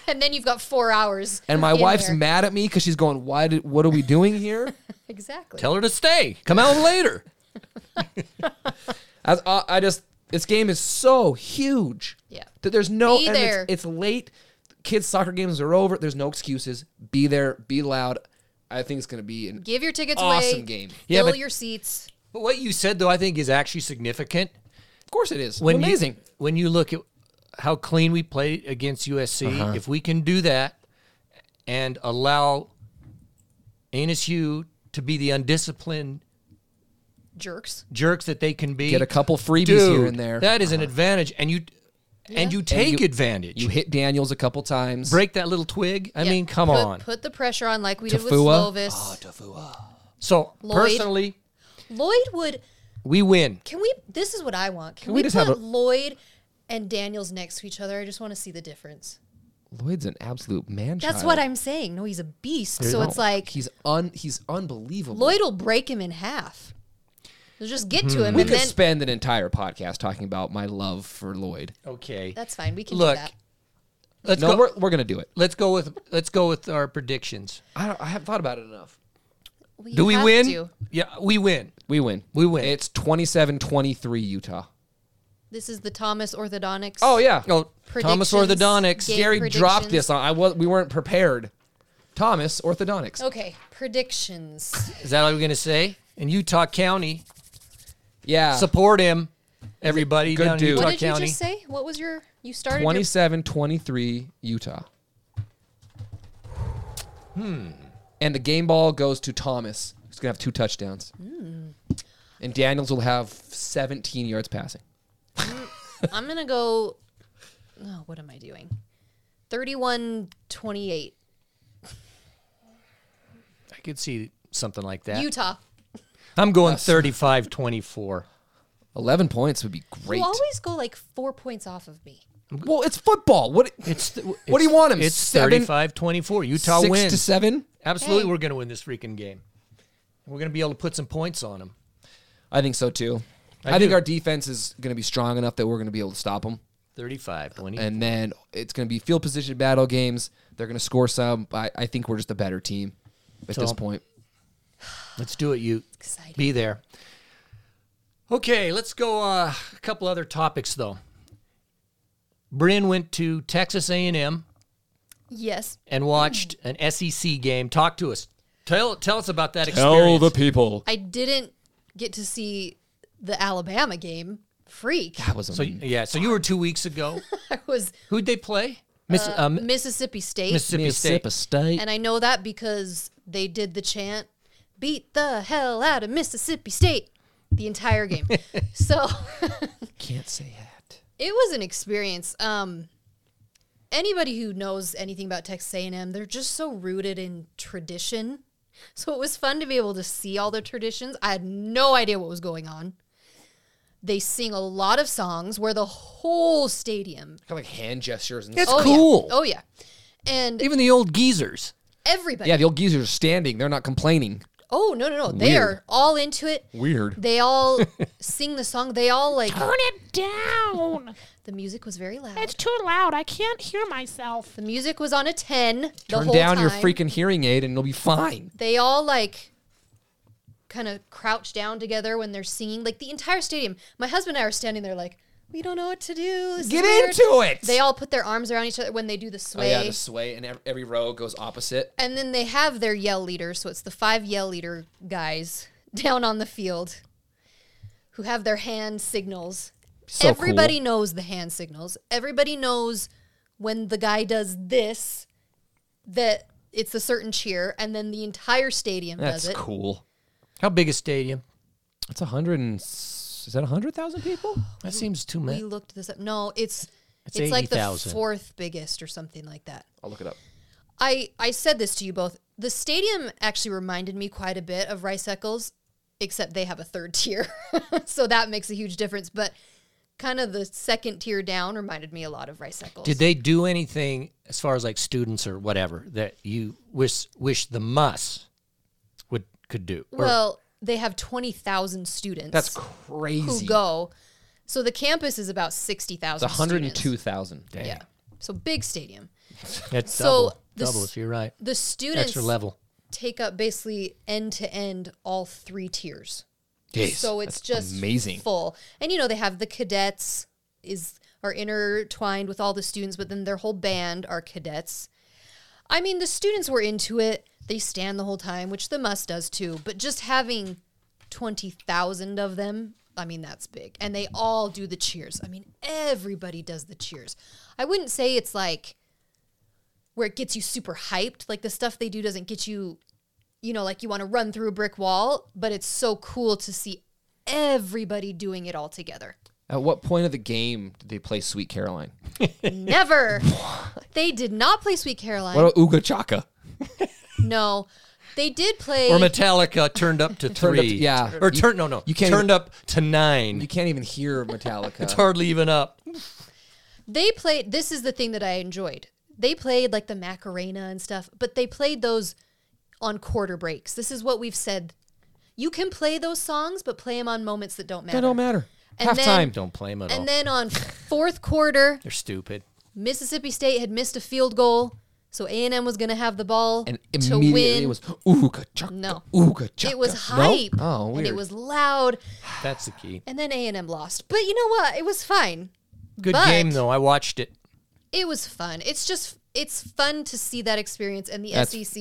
[SPEAKER 3] And then you've got four hours.
[SPEAKER 4] And my
[SPEAKER 3] in
[SPEAKER 4] wife's
[SPEAKER 3] there.
[SPEAKER 4] mad at me because she's going, "Why did? What are we doing
[SPEAKER 3] (laughs)
[SPEAKER 4] here?"
[SPEAKER 3] Exactly.
[SPEAKER 2] Tell her to stay. Come out later.
[SPEAKER 4] As I, I just, this game is so huge.
[SPEAKER 3] Yeah.
[SPEAKER 4] That there's no.
[SPEAKER 3] Be
[SPEAKER 4] and it's-
[SPEAKER 3] there.
[SPEAKER 4] It's, late. Kids' soccer games are over. There's no excuses. Be there. Be loud. I think it's gonna be an
[SPEAKER 3] Give your tickets away.
[SPEAKER 4] awesome game.
[SPEAKER 2] Yeah,
[SPEAKER 3] Fill
[SPEAKER 2] but-
[SPEAKER 3] your seats.
[SPEAKER 2] (laughs) But what you said though, I think is actually significant.
[SPEAKER 4] Of course it is.
[SPEAKER 2] When you-
[SPEAKER 4] Amazing.
[SPEAKER 2] when you look at how clean we played against USC, if we can do that and allow ANSU to be the undisciplined
[SPEAKER 3] Jerks.
[SPEAKER 2] jerks that they can be,
[SPEAKER 4] Get a couple freebies
[SPEAKER 2] Dude,
[SPEAKER 4] here and there.
[SPEAKER 2] That is an advantage, and you Uh-huh. and you take
[SPEAKER 4] you-
[SPEAKER 2] advantage.
[SPEAKER 4] you hit Daniels a couple times.
[SPEAKER 2] break that little twig. I
[SPEAKER 3] Yeah.
[SPEAKER 2] mean, come
[SPEAKER 3] Put-
[SPEAKER 2] on.
[SPEAKER 3] Put the pressure on like we did with
[SPEAKER 4] Tafua.
[SPEAKER 3] Slovis.
[SPEAKER 2] So
[SPEAKER 3] Lloyd.
[SPEAKER 2] personally,
[SPEAKER 3] Lloyd would.
[SPEAKER 2] we win.
[SPEAKER 3] Can we? This is what I want. Can,
[SPEAKER 4] Can we
[SPEAKER 3] we,
[SPEAKER 4] just
[SPEAKER 3] put
[SPEAKER 4] have a-
[SPEAKER 3] Lloyd and Daniels next to each other? I just want to see the difference.
[SPEAKER 4] Lloyd's an absolute man.
[SPEAKER 3] That's what I'm saying. No, he's a beast. so it's like
[SPEAKER 4] he's un he's unbelievable.
[SPEAKER 3] Lloyd will break him in half. So just get to him,
[SPEAKER 4] we
[SPEAKER 3] and
[SPEAKER 4] could
[SPEAKER 3] then
[SPEAKER 4] spend an entire podcast talking about my love for Lloyd.
[SPEAKER 2] Okay,
[SPEAKER 3] that's fine. We can
[SPEAKER 2] Look,
[SPEAKER 3] do that.
[SPEAKER 2] let's
[SPEAKER 4] No,
[SPEAKER 2] go.
[SPEAKER 4] we're, we're gonna do it.
[SPEAKER 2] let's go with let's go with our predictions.
[SPEAKER 4] I, don't, I haven't thought about it enough.
[SPEAKER 2] Do we
[SPEAKER 3] have
[SPEAKER 2] win?
[SPEAKER 3] to.
[SPEAKER 2] Yeah, we win.
[SPEAKER 4] We win.
[SPEAKER 2] We win.
[SPEAKER 4] It's 27-23 Utah.
[SPEAKER 3] This is the Thomas Orthodontics.
[SPEAKER 4] Oh yeah.
[SPEAKER 2] Oh, Thomas
[SPEAKER 3] Predictions,
[SPEAKER 2] Orthodontics.
[SPEAKER 3] game
[SPEAKER 4] Gary dropped
[SPEAKER 3] predictions.
[SPEAKER 4] this on. I was we weren't prepared. Thomas Orthodontics.
[SPEAKER 3] Okay, predictions.
[SPEAKER 2] Is that all you're gonna say? In Utah County,
[SPEAKER 4] Yeah.
[SPEAKER 2] support him. Everybody
[SPEAKER 4] Good
[SPEAKER 2] down in
[SPEAKER 4] dude.
[SPEAKER 2] Utah
[SPEAKER 3] what did
[SPEAKER 2] County.
[SPEAKER 3] you just say? What was your? You started. your-
[SPEAKER 4] 27-23 Utah. Hmm. And the game ball goes to Thomas. He's gonna have two touchdowns. And Daniels will have 17 yards passing.
[SPEAKER 3] I'm gonna go. Oh, what am I doing? 31 28.
[SPEAKER 2] I could see something like that.
[SPEAKER 3] Utah.
[SPEAKER 2] I'm going 35 24.
[SPEAKER 4] 11 points would be great.
[SPEAKER 3] You always go like four points off of me.
[SPEAKER 4] Well, it's football. What
[SPEAKER 2] It's th-
[SPEAKER 4] What do you want 'em,
[SPEAKER 2] It's
[SPEAKER 4] seven-
[SPEAKER 2] 35 24. Utah
[SPEAKER 4] six
[SPEAKER 2] wins.
[SPEAKER 4] to seven?
[SPEAKER 2] Absolutely,
[SPEAKER 3] Hey.
[SPEAKER 2] we're going to win this freaking game. We're going to be able to put some points on them.
[SPEAKER 4] I think so too.
[SPEAKER 2] I
[SPEAKER 4] I, think
[SPEAKER 2] do.
[SPEAKER 4] our defense is going to be strong enough that we're going to be able to stop them.
[SPEAKER 2] 35 20.
[SPEAKER 4] And then it's going to be field position battle games. They're going to score some. I, I think we're just a better team at
[SPEAKER 2] So-
[SPEAKER 4] this point.
[SPEAKER 2] Let's do it, you.
[SPEAKER 3] Exciting.
[SPEAKER 2] Be there. Okay, let's go uh, a couple other topics though. Bryn went to Texas A&M
[SPEAKER 3] Yes.
[SPEAKER 2] and watched
[SPEAKER 3] Hmm.
[SPEAKER 2] an SEC game. Talk to us. Tell tell us about that experience.
[SPEAKER 4] people.
[SPEAKER 3] I didn't get to see the Alabama game. Freak.
[SPEAKER 4] That was a
[SPEAKER 2] so yeah, so you were 2 weeks ago.
[SPEAKER 3] (laughs) I was
[SPEAKER 2] Who'd they play?
[SPEAKER 3] Uh,
[SPEAKER 2] Miss, um,
[SPEAKER 3] Mississippi State.
[SPEAKER 2] Mississippi, State.
[SPEAKER 4] Mississippi State.
[SPEAKER 3] And I know that because they did the chant, beat the hell out of Mississippi State the
[SPEAKER 2] (laughs)
[SPEAKER 3] entire game. so (laughs)
[SPEAKER 4] Can't say that.
[SPEAKER 3] it was an experience. Um, anybody who knows anything about Texas A&M, they're just so rooted in tradition. So it was fun to be able to see all the traditions. I had no idea what was going on. They sing a lot of songs where the whole stadium.
[SPEAKER 4] Kind of like hand gestures and
[SPEAKER 2] It's
[SPEAKER 3] oh,
[SPEAKER 2] cool.
[SPEAKER 3] Yeah, oh yeah, and
[SPEAKER 2] Even the old geezers.
[SPEAKER 3] everybody.
[SPEAKER 4] Yeah, the old geezers are standing. They're not complaining.
[SPEAKER 3] Oh no no no! They
[SPEAKER 4] Weird.
[SPEAKER 3] are all into it.
[SPEAKER 4] Weird.
[SPEAKER 3] They
[SPEAKER 4] (laughs)
[SPEAKER 3] all sing the song. They all like
[SPEAKER 6] Turn it down.
[SPEAKER 3] the music was very loud.
[SPEAKER 6] It's too loud. I can't hear myself.
[SPEAKER 3] the music was on a ten the
[SPEAKER 4] Turn
[SPEAKER 3] whole
[SPEAKER 4] down your
[SPEAKER 3] time.
[SPEAKER 4] freaking hearing aid and it'll be fine.
[SPEAKER 3] They all like kind of crouch down together when they're singing. Like the entire stadium. My husband and I are standing there like we don't know what to do. This is
[SPEAKER 4] Get
[SPEAKER 3] weird."
[SPEAKER 4] into it.
[SPEAKER 3] They all put their arms around each other when they do the
[SPEAKER 4] Oh,
[SPEAKER 3] sway.
[SPEAKER 4] yeah, the sway and ev- every row goes opposite.
[SPEAKER 3] And then they have their yell leaders, so it's the five yell leader guys (laughs) down on the field who have their hand signals.
[SPEAKER 4] So
[SPEAKER 3] Everybody
[SPEAKER 4] cool.
[SPEAKER 3] knows the hand signals. Everybody knows when the guy does this that it's a certain cheer and then the entire stadium
[SPEAKER 4] That's
[SPEAKER 3] does it.
[SPEAKER 4] cool.
[SPEAKER 2] How big a stadium?
[SPEAKER 4] That's a hundred and s- is that a hundred thousand people?
[SPEAKER 2] That seems too
[SPEAKER 3] We
[SPEAKER 2] many.
[SPEAKER 3] looked this up. No, it's
[SPEAKER 2] It's
[SPEAKER 3] it's, like the
[SPEAKER 2] 80,000.
[SPEAKER 3] fourth biggest or something like that.
[SPEAKER 4] I'll look it up.
[SPEAKER 3] I I said this to you both. The stadium actually reminded me quite a bit of Rice Eccles, except they have a third (laughs) tier, so that makes a huge difference. But kind of the second tier down reminded me a lot of Rice Eccles.
[SPEAKER 2] Did they do anything as far as like students or whatever that you wish wish the muss would could do? Or-
[SPEAKER 3] Well, they have twenty thousand students.
[SPEAKER 4] That's crazy.
[SPEAKER 3] who go. So the campus is about sixty
[SPEAKER 4] It's
[SPEAKER 3] thousand.
[SPEAKER 4] a hundred and two thousand.
[SPEAKER 3] Yeah. So big stadium.
[SPEAKER 2] that's
[SPEAKER 3] so
[SPEAKER 2] double.
[SPEAKER 3] the
[SPEAKER 2] double
[SPEAKER 3] s-
[SPEAKER 2] if you're right.
[SPEAKER 3] The students
[SPEAKER 2] Extra level.
[SPEAKER 3] take up basically end to end all three tiers. so it's just
[SPEAKER 4] amazing.
[SPEAKER 3] full. And you know they have the cadets is are intertwined with all the students, but then their whole band are cadets. I mean, the students were into it. They stand the whole time, which the must does too. But just having twenty thousand of them, I mean, that's big. And they all do the cheers. I mean, everybody does the cheers. I wouldn't say it's like where it gets you super hyped. Like the stuff they do doesn't get you you know, like you want to run through a brick wall, but it's so cool to see everybody doing it all together.
[SPEAKER 4] At what point of the game did they play Sweet Caroline? (laughs)
[SPEAKER 3] Never. they did not play Sweet Caroline.
[SPEAKER 4] What about Uga Chaka?
[SPEAKER 3] no. They did play
[SPEAKER 2] Or Metallica (laughs) turned up to
[SPEAKER 4] Turned
[SPEAKER 2] three.
[SPEAKER 4] up to- yeah.
[SPEAKER 2] Or
[SPEAKER 4] You-
[SPEAKER 2] turn no no.
[SPEAKER 4] you can't
[SPEAKER 2] turned
[SPEAKER 4] even-
[SPEAKER 2] up to nine.
[SPEAKER 4] You can't even hear Metallica.
[SPEAKER 2] it's hardly even up.
[SPEAKER 3] they played this is the thing that I enjoyed. They played like the Macarena and stuff, but they played those on quarter breaks. This is what we've said. You can play those songs, but play them on moments that don't matter.
[SPEAKER 4] That don't matter.
[SPEAKER 3] And
[SPEAKER 4] Half time.
[SPEAKER 2] Don't play them at all.
[SPEAKER 3] And then
[SPEAKER 4] (laughs)
[SPEAKER 3] on fourth quarter,
[SPEAKER 2] They're stupid.
[SPEAKER 3] Mississippi State had missed a field goal, so A&M was going to have the ball
[SPEAKER 4] And
[SPEAKER 3] to
[SPEAKER 4] immediately
[SPEAKER 3] win.
[SPEAKER 4] it was Uga Chaka.
[SPEAKER 3] No.
[SPEAKER 4] Uga Chaka.
[SPEAKER 3] it was
[SPEAKER 4] No?
[SPEAKER 3] hype.
[SPEAKER 4] Oh, weird.
[SPEAKER 3] And it was loud.
[SPEAKER 2] That's the key.
[SPEAKER 3] And then A&M lost. But you know what? It was fine.
[SPEAKER 2] Good
[SPEAKER 3] But-
[SPEAKER 2] game though. I watched it.
[SPEAKER 3] It was fun. It's just it's fun to see that experience and the
[SPEAKER 4] That's-
[SPEAKER 3] SEC.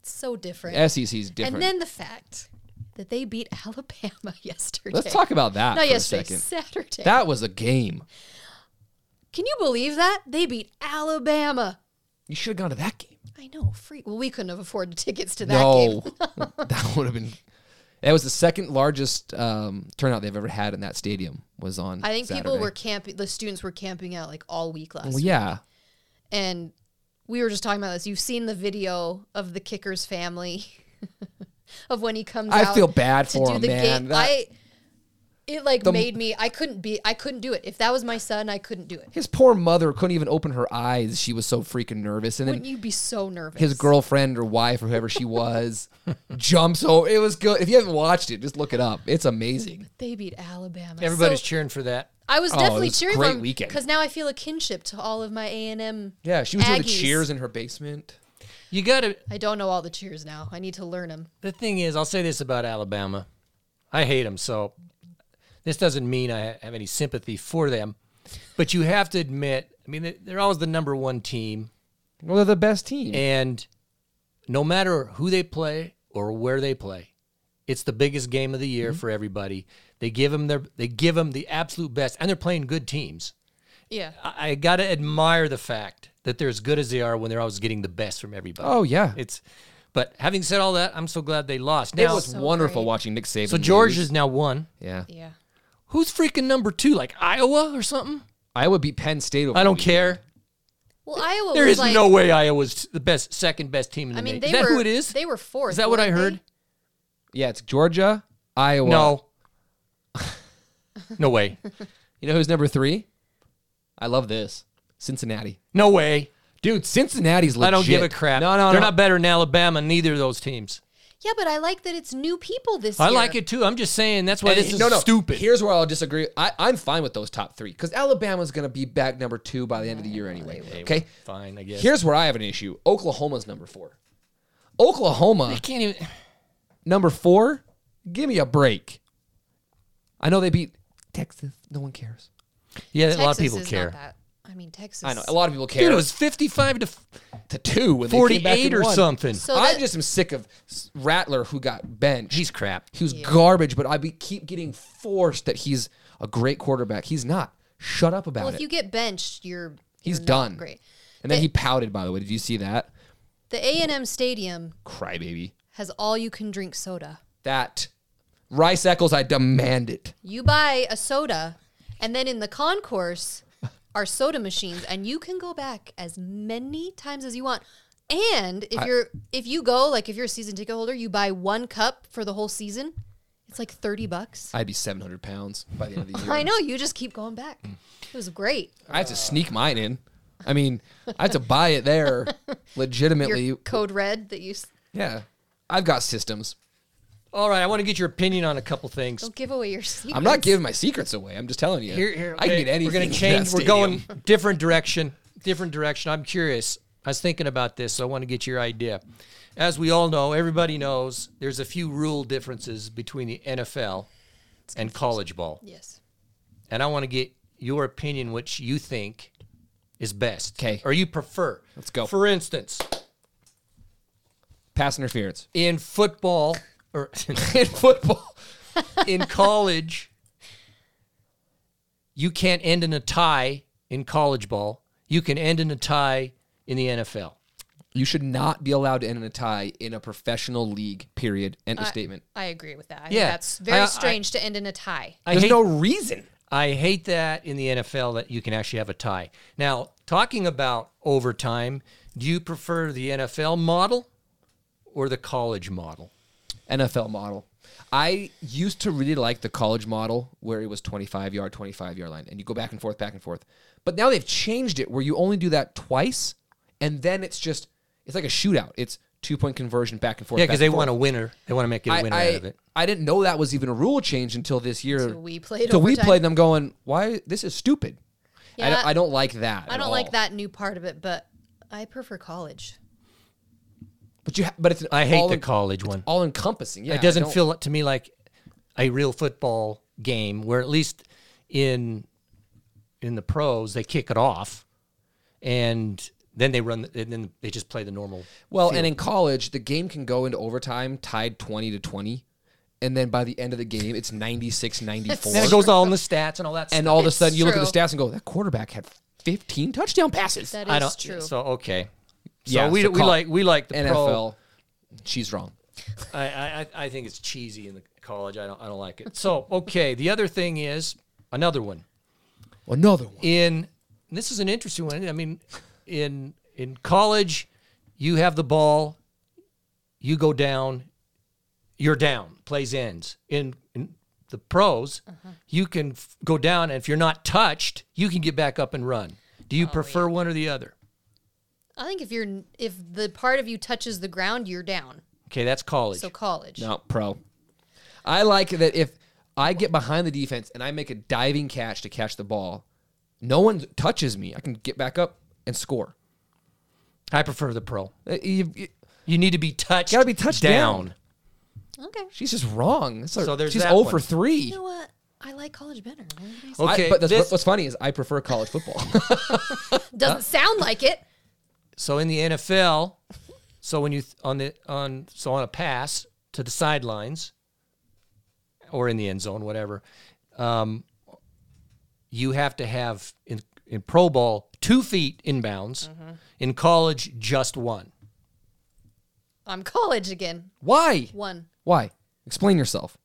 [SPEAKER 3] It's so different.
[SPEAKER 4] SEC's E different.
[SPEAKER 3] And then the fact that they beat Alabama (laughs) yesterday.
[SPEAKER 4] Let's talk about that
[SPEAKER 3] Not
[SPEAKER 4] for a
[SPEAKER 3] yesterday,
[SPEAKER 4] second.
[SPEAKER 3] Saturday.
[SPEAKER 4] That was a game.
[SPEAKER 3] Can you believe that? They beat Alabama.
[SPEAKER 4] You should have gone to that game.
[SPEAKER 3] I know, freak. Well, we couldn't have afforded tickets to that game. (laughs)
[SPEAKER 4] no, (laughs) that would have been. That was the second largest um, turnout they've ever had in that stadium. Was on.
[SPEAKER 3] I think people
[SPEAKER 4] Saturday.
[SPEAKER 3] were camping. The students were camping out like all week last
[SPEAKER 4] Well,
[SPEAKER 3] week.
[SPEAKER 4] yeah,
[SPEAKER 3] And we were just talking about this. You've seen the video of the kicker's family (laughs) of when he comes
[SPEAKER 4] I
[SPEAKER 3] out
[SPEAKER 4] feel bad
[SPEAKER 3] to
[SPEAKER 4] for
[SPEAKER 3] do
[SPEAKER 4] him,
[SPEAKER 3] the
[SPEAKER 4] man.
[SPEAKER 3] game.
[SPEAKER 4] That-
[SPEAKER 3] I it like
[SPEAKER 4] The-
[SPEAKER 3] made me I couldn't be I couldn't do it. If that was my son, I couldn't do it.
[SPEAKER 4] His poor mother couldn't even open her eyes. She was so freaking nervous. And
[SPEAKER 3] Wouldn't
[SPEAKER 4] then
[SPEAKER 3] you be so nervous?
[SPEAKER 4] his girlfriend or wife or whoever
[SPEAKER 3] (laughs)
[SPEAKER 4] she was jumps over. It was good. If you haven't watched it, just look it up. It's amazing.
[SPEAKER 3] they beat Alabama.
[SPEAKER 2] Everybody's
[SPEAKER 3] So
[SPEAKER 2] cheering for that.
[SPEAKER 3] I was
[SPEAKER 4] Oh, it
[SPEAKER 3] definitely
[SPEAKER 4] was a
[SPEAKER 3] cheering
[SPEAKER 4] great
[SPEAKER 3] for him
[SPEAKER 4] weekend.
[SPEAKER 3] because now I feel a kinship to all of my A and M.
[SPEAKER 4] Yeah, she was doing the
[SPEAKER 3] Aggies.
[SPEAKER 4] cheers in her basement.
[SPEAKER 2] You got to.
[SPEAKER 3] I don't know all the cheers now. I need to learn them.
[SPEAKER 2] The thing is, I'll say this about Alabama. I hate them, so this doesn't mean I have any sympathy for them. But you have to admit, I mean, they- they're always the number one team.
[SPEAKER 4] Well, they're the best team.
[SPEAKER 2] And no matter who they play or where they play, it's the biggest game of the
[SPEAKER 3] Mm-hmm.
[SPEAKER 2] year for everybody. They give them their they give them the absolute best, and they're playing good teams.
[SPEAKER 3] Yeah.
[SPEAKER 2] I, I gotta admire the fact that they're as good as they are when they're always getting the best from everybody.
[SPEAKER 4] Oh, yeah.
[SPEAKER 2] it's. But having said all that, I'm so glad they lost.
[SPEAKER 4] it
[SPEAKER 2] Now,
[SPEAKER 4] was
[SPEAKER 3] So
[SPEAKER 4] wonderful
[SPEAKER 3] great.
[SPEAKER 4] watching Nick Saban.
[SPEAKER 2] so George
[SPEAKER 4] lose.
[SPEAKER 2] is now one.
[SPEAKER 4] yeah.
[SPEAKER 3] Yeah.
[SPEAKER 2] Who's freaking number two? Like Iowa or something?
[SPEAKER 4] Iowa beat Penn State. Over
[SPEAKER 2] I don't
[SPEAKER 4] the
[SPEAKER 2] care.
[SPEAKER 3] Well, Iowa
[SPEAKER 2] There
[SPEAKER 3] was
[SPEAKER 2] is
[SPEAKER 3] like,
[SPEAKER 2] no way Iowa's the best, second best team in the
[SPEAKER 3] I mean,
[SPEAKER 2] nation.
[SPEAKER 3] they
[SPEAKER 2] Is that
[SPEAKER 3] were
[SPEAKER 2] who it is?
[SPEAKER 3] They were fourth.
[SPEAKER 2] Is that what I
[SPEAKER 3] weren't
[SPEAKER 2] heard?
[SPEAKER 4] weekend. Yeah, it's Georgia, Iowa.
[SPEAKER 2] No. no way.
[SPEAKER 4] You know who's number three? I love this. Cincinnati.
[SPEAKER 2] No way.
[SPEAKER 4] Dude, Cincinnati's legit.
[SPEAKER 2] I don't give a crap.
[SPEAKER 4] No, no,
[SPEAKER 2] They're
[SPEAKER 4] no.
[SPEAKER 2] not better than Alabama, neither of those teams.
[SPEAKER 3] they? Yeah, but I like that it's new people this
[SPEAKER 2] I
[SPEAKER 3] year.
[SPEAKER 2] like it too. I'm just saying that's why
[SPEAKER 4] And
[SPEAKER 2] this
[SPEAKER 4] it-
[SPEAKER 2] is
[SPEAKER 4] no, no.
[SPEAKER 2] stupid.
[SPEAKER 4] Here's where I'll disagree. I, I'm fine with those top three because Alabama's going to be back number two by the end of the year anyway. Okay.
[SPEAKER 2] Fine, I guess.
[SPEAKER 4] Here's where I have an issue. Oklahoma's number four. Oklahoma,
[SPEAKER 2] I can't even
[SPEAKER 4] number four. Give me a break. I know they beat Texas. No one cares.
[SPEAKER 2] Yeah,
[SPEAKER 3] Texas
[SPEAKER 2] a lot of people
[SPEAKER 3] is Not
[SPEAKER 2] care.
[SPEAKER 3] that. I mean, Texas.
[SPEAKER 4] I know a lot of people care.
[SPEAKER 2] Dude, it was 55 to f-
[SPEAKER 4] to two when they came back
[SPEAKER 2] 48
[SPEAKER 4] and
[SPEAKER 2] or
[SPEAKER 4] won.
[SPEAKER 2] something.
[SPEAKER 3] So
[SPEAKER 4] I
[SPEAKER 3] that-
[SPEAKER 4] just am sick of S- Rattler who got benched.
[SPEAKER 2] He's crap.
[SPEAKER 4] He was garbage, but I be, keep getting forced that he's a great quarterback. He's not. Shut up about
[SPEAKER 3] Well,
[SPEAKER 4] it.
[SPEAKER 3] if you get benched, you're
[SPEAKER 4] He's
[SPEAKER 3] you're not
[SPEAKER 4] done.
[SPEAKER 3] Great.
[SPEAKER 4] and then he pouted. By the way, did you see that?
[SPEAKER 3] The A and M Stadium
[SPEAKER 4] Crybaby.
[SPEAKER 3] has all you can drink soda.
[SPEAKER 4] That Rice Eccles, I demand it.
[SPEAKER 3] You buy a soda, and then in the concourse are soda machines, and you can go back as many times as you want. And if you're if you go like if you're a season ticket holder, you buy one cup for the whole season. It's like thirty bucks.
[SPEAKER 4] I'd be seven hundred pounds by the end of the
[SPEAKER 3] (laughs)
[SPEAKER 4] year.
[SPEAKER 3] I know you just keep going back.
[SPEAKER 4] Mm.
[SPEAKER 3] It was great.
[SPEAKER 4] I have to sneak mine in. I mean, I have to buy
[SPEAKER 3] (laughs)
[SPEAKER 4] it there legitimately.
[SPEAKER 3] Your code red that you s-
[SPEAKER 4] yeah, I've got systems.
[SPEAKER 2] All right, I want to get your opinion on a couple things.
[SPEAKER 3] don't give away your secrets.
[SPEAKER 4] I'm not giving my secrets away. I'm just telling you.
[SPEAKER 2] Here, here.
[SPEAKER 4] I can
[SPEAKER 2] okay,
[SPEAKER 4] get anything.
[SPEAKER 2] We're gonna
[SPEAKER 4] in
[SPEAKER 2] change.
[SPEAKER 4] that
[SPEAKER 2] We're
[SPEAKER 4] stadium.
[SPEAKER 2] going different direction. Different direction. I'm curious. I was thinking about this, so I want to get your idea. As we all know, everybody knows there's a few rule differences between the NFL and college ball,
[SPEAKER 3] Yes.
[SPEAKER 2] and I want to get your opinion, which you think is best,
[SPEAKER 4] 'Kay.
[SPEAKER 2] or you prefer. Let's
[SPEAKER 4] go.
[SPEAKER 2] For instance,
[SPEAKER 4] Pass interference
[SPEAKER 2] in football or (laughs)
[SPEAKER 4] in football.
[SPEAKER 2] in college, you can't end in a tie in college ball. You can end in a tie in the NFL.
[SPEAKER 4] You should not be allowed to end in a tie in a professional league. Period. End of statement.
[SPEAKER 3] I agree with that. I
[SPEAKER 2] Yeah.
[SPEAKER 3] think that's very
[SPEAKER 2] I- I-
[SPEAKER 3] strange to end in a tie.
[SPEAKER 2] I
[SPEAKER 4] There's
[SPEAKER 2] hate,
[SPEAKER 4] no reason.
[SPEAKER 2] I hate that in the NFL that you can actually have a tie. Now, talking about overtime, do you prefer the NFL model or the college model?
[SPEAKER 4] NFL model. I used to really like the college model where it was 25 yard, 25 yard line, and you go back and forth, back and forth. But now they've changed it where you only do that twice, and then it's just it's like a shootout. It's two point conversion, back and forth.
[SPEAKER 2] Yeah, because they want a winner. They want to make it a
[SPEAKER 4] I,
[SPEAKER 2] winner
[SPEAKER 4] I,
[SPEAKER 2] out of it.
[SPEAKER 4] I didn't know that was even a rule change until this year.
[SPEAKER 3] Till we played
[SPEAKER 4] Till we
[SPEAKER 3] overtime.
[SPEAKER 4] played, and I'm going, why? This is stupid. I,
[SPEAKER 3] Yeah.
[SPEAKER 4] don't, I don't like that.
[SPEAKER 3] I
[SPEAKER 4] at
[SPEAKER 3] don't like
[SPEAKER 4] all.
[SPEAKER 3] that new part of it, but I prefer college.
[SPEAKER 4] But you, ha- but it's an
[SPEAKER 2] I hate
[SPEAKER 4] all
[SPEAKER 2] the
[SPEAKER 4] en-
[SPEAKER 2] college one.
[SPEAKER 4] all encompassing. Yeah,
[SPEAKER 2] it doesn't
[SPEAKER 4] I don't-
[SPEAKER 2] feel to me like a real football game where at least in in the pros they kick it off and then they run and then they just play the normal
[SPEAKER 4] Well, and in college, the game can go into overtime tied 20 to 20. And then by the end of the game, it's 96 94.
[SPEAKER 2] and then it goes all in the stats and all that
[SPEAKER 4] and
[SPEAKER 2] stuff.
[SPEAKER 4] all of a
[SPEAKER 3] It's
[SPEAKER 4] sudden, you look at the
[SPEAKER 3] true.
[SPEAKER 4] stats and go, that quarterback had 15 touchdown passes.
[SPEAKER 3] That
[SPEAKER 2] I
[SPEAKER 3] is
[SPEAKER 2] don't
[SPEAKER 3] true.
[SPEAKER 2] so okay so
[SPEAKER 4] Yeah,
[SPEAKER 2] we,
[SPEAKER 4] so
[SPEAKER 2] we
[SPEAKER 4] col-
[SPEAKER 2] like we like the pro
[SPEAKER 4] NFL, she's wrong.
[SPEAKER 2] I, I I think it's cheesy in the college I don't I don't like it so okay the other thing is another one
[SPEAKER 4] Another one.
[SPEAKER 2] in this is an interesting one. I mean, in in college, you have the ball, you go down, you're down. Plays ends. In, in the pros, you can f- go down, and if you're not touched, you can get back up and run. Do you prefer one or the other?
[SPEAKER 3] I think if you're if the part of you touches the ground, you're down.
[SPEAKER 2] Okay, that's college.
[SPEAKER 3] So college.
[SPEAKER 4] No, pro. I like that if I get behind the defense and I make a diving catch to catch the ball, no one touches me. I can get back up and score.
[SPEAKER 2] I prefer the pro.
[SPEAKER 4] Uh, you- you-
[SPEAKER 2] You need to be touched.
[SPEAKER 4] Gotta be touched down.
[SPEAKER 3] Okay.
[SPEAKER 4] she's just wrong. That's a-
[SPEAKER 2] So there's
[SPEAKER 4] she's
[SPEAKER 2] that
[SPEAKER 4] 0 for
[SPEAKER 2] one.
[SPEAKER 4] 3.
[SPEAKER 3] You know what? I like college better. What do you guys-
[SPEAKER 2] Okay,
[SPEAKER 4] I, but that's,
[SPEAKER 2] this-
[SPEAKER 4] what's funny is I prefer college football. (laughs)
[SPEAKER 3] Doesn't
[SPEAKER 4] uh.
[SPEAKER 3] sound like it.
[SPEAKER 2] So in the NFL, so when you th- on the on so on a pass to the sidelines or in the end zone, whatever, um, you have to have in in pro ball two feet inbounds.
[SPEAKER 4] Mm-hmm.
[SPEAKER 2] In college, just one.
[SPEAKER 3] I'm college again.
[SPEAKER 4] Why?
[SPEAKER 3] One.
[SPEAKER 4] Why? Explain yourself.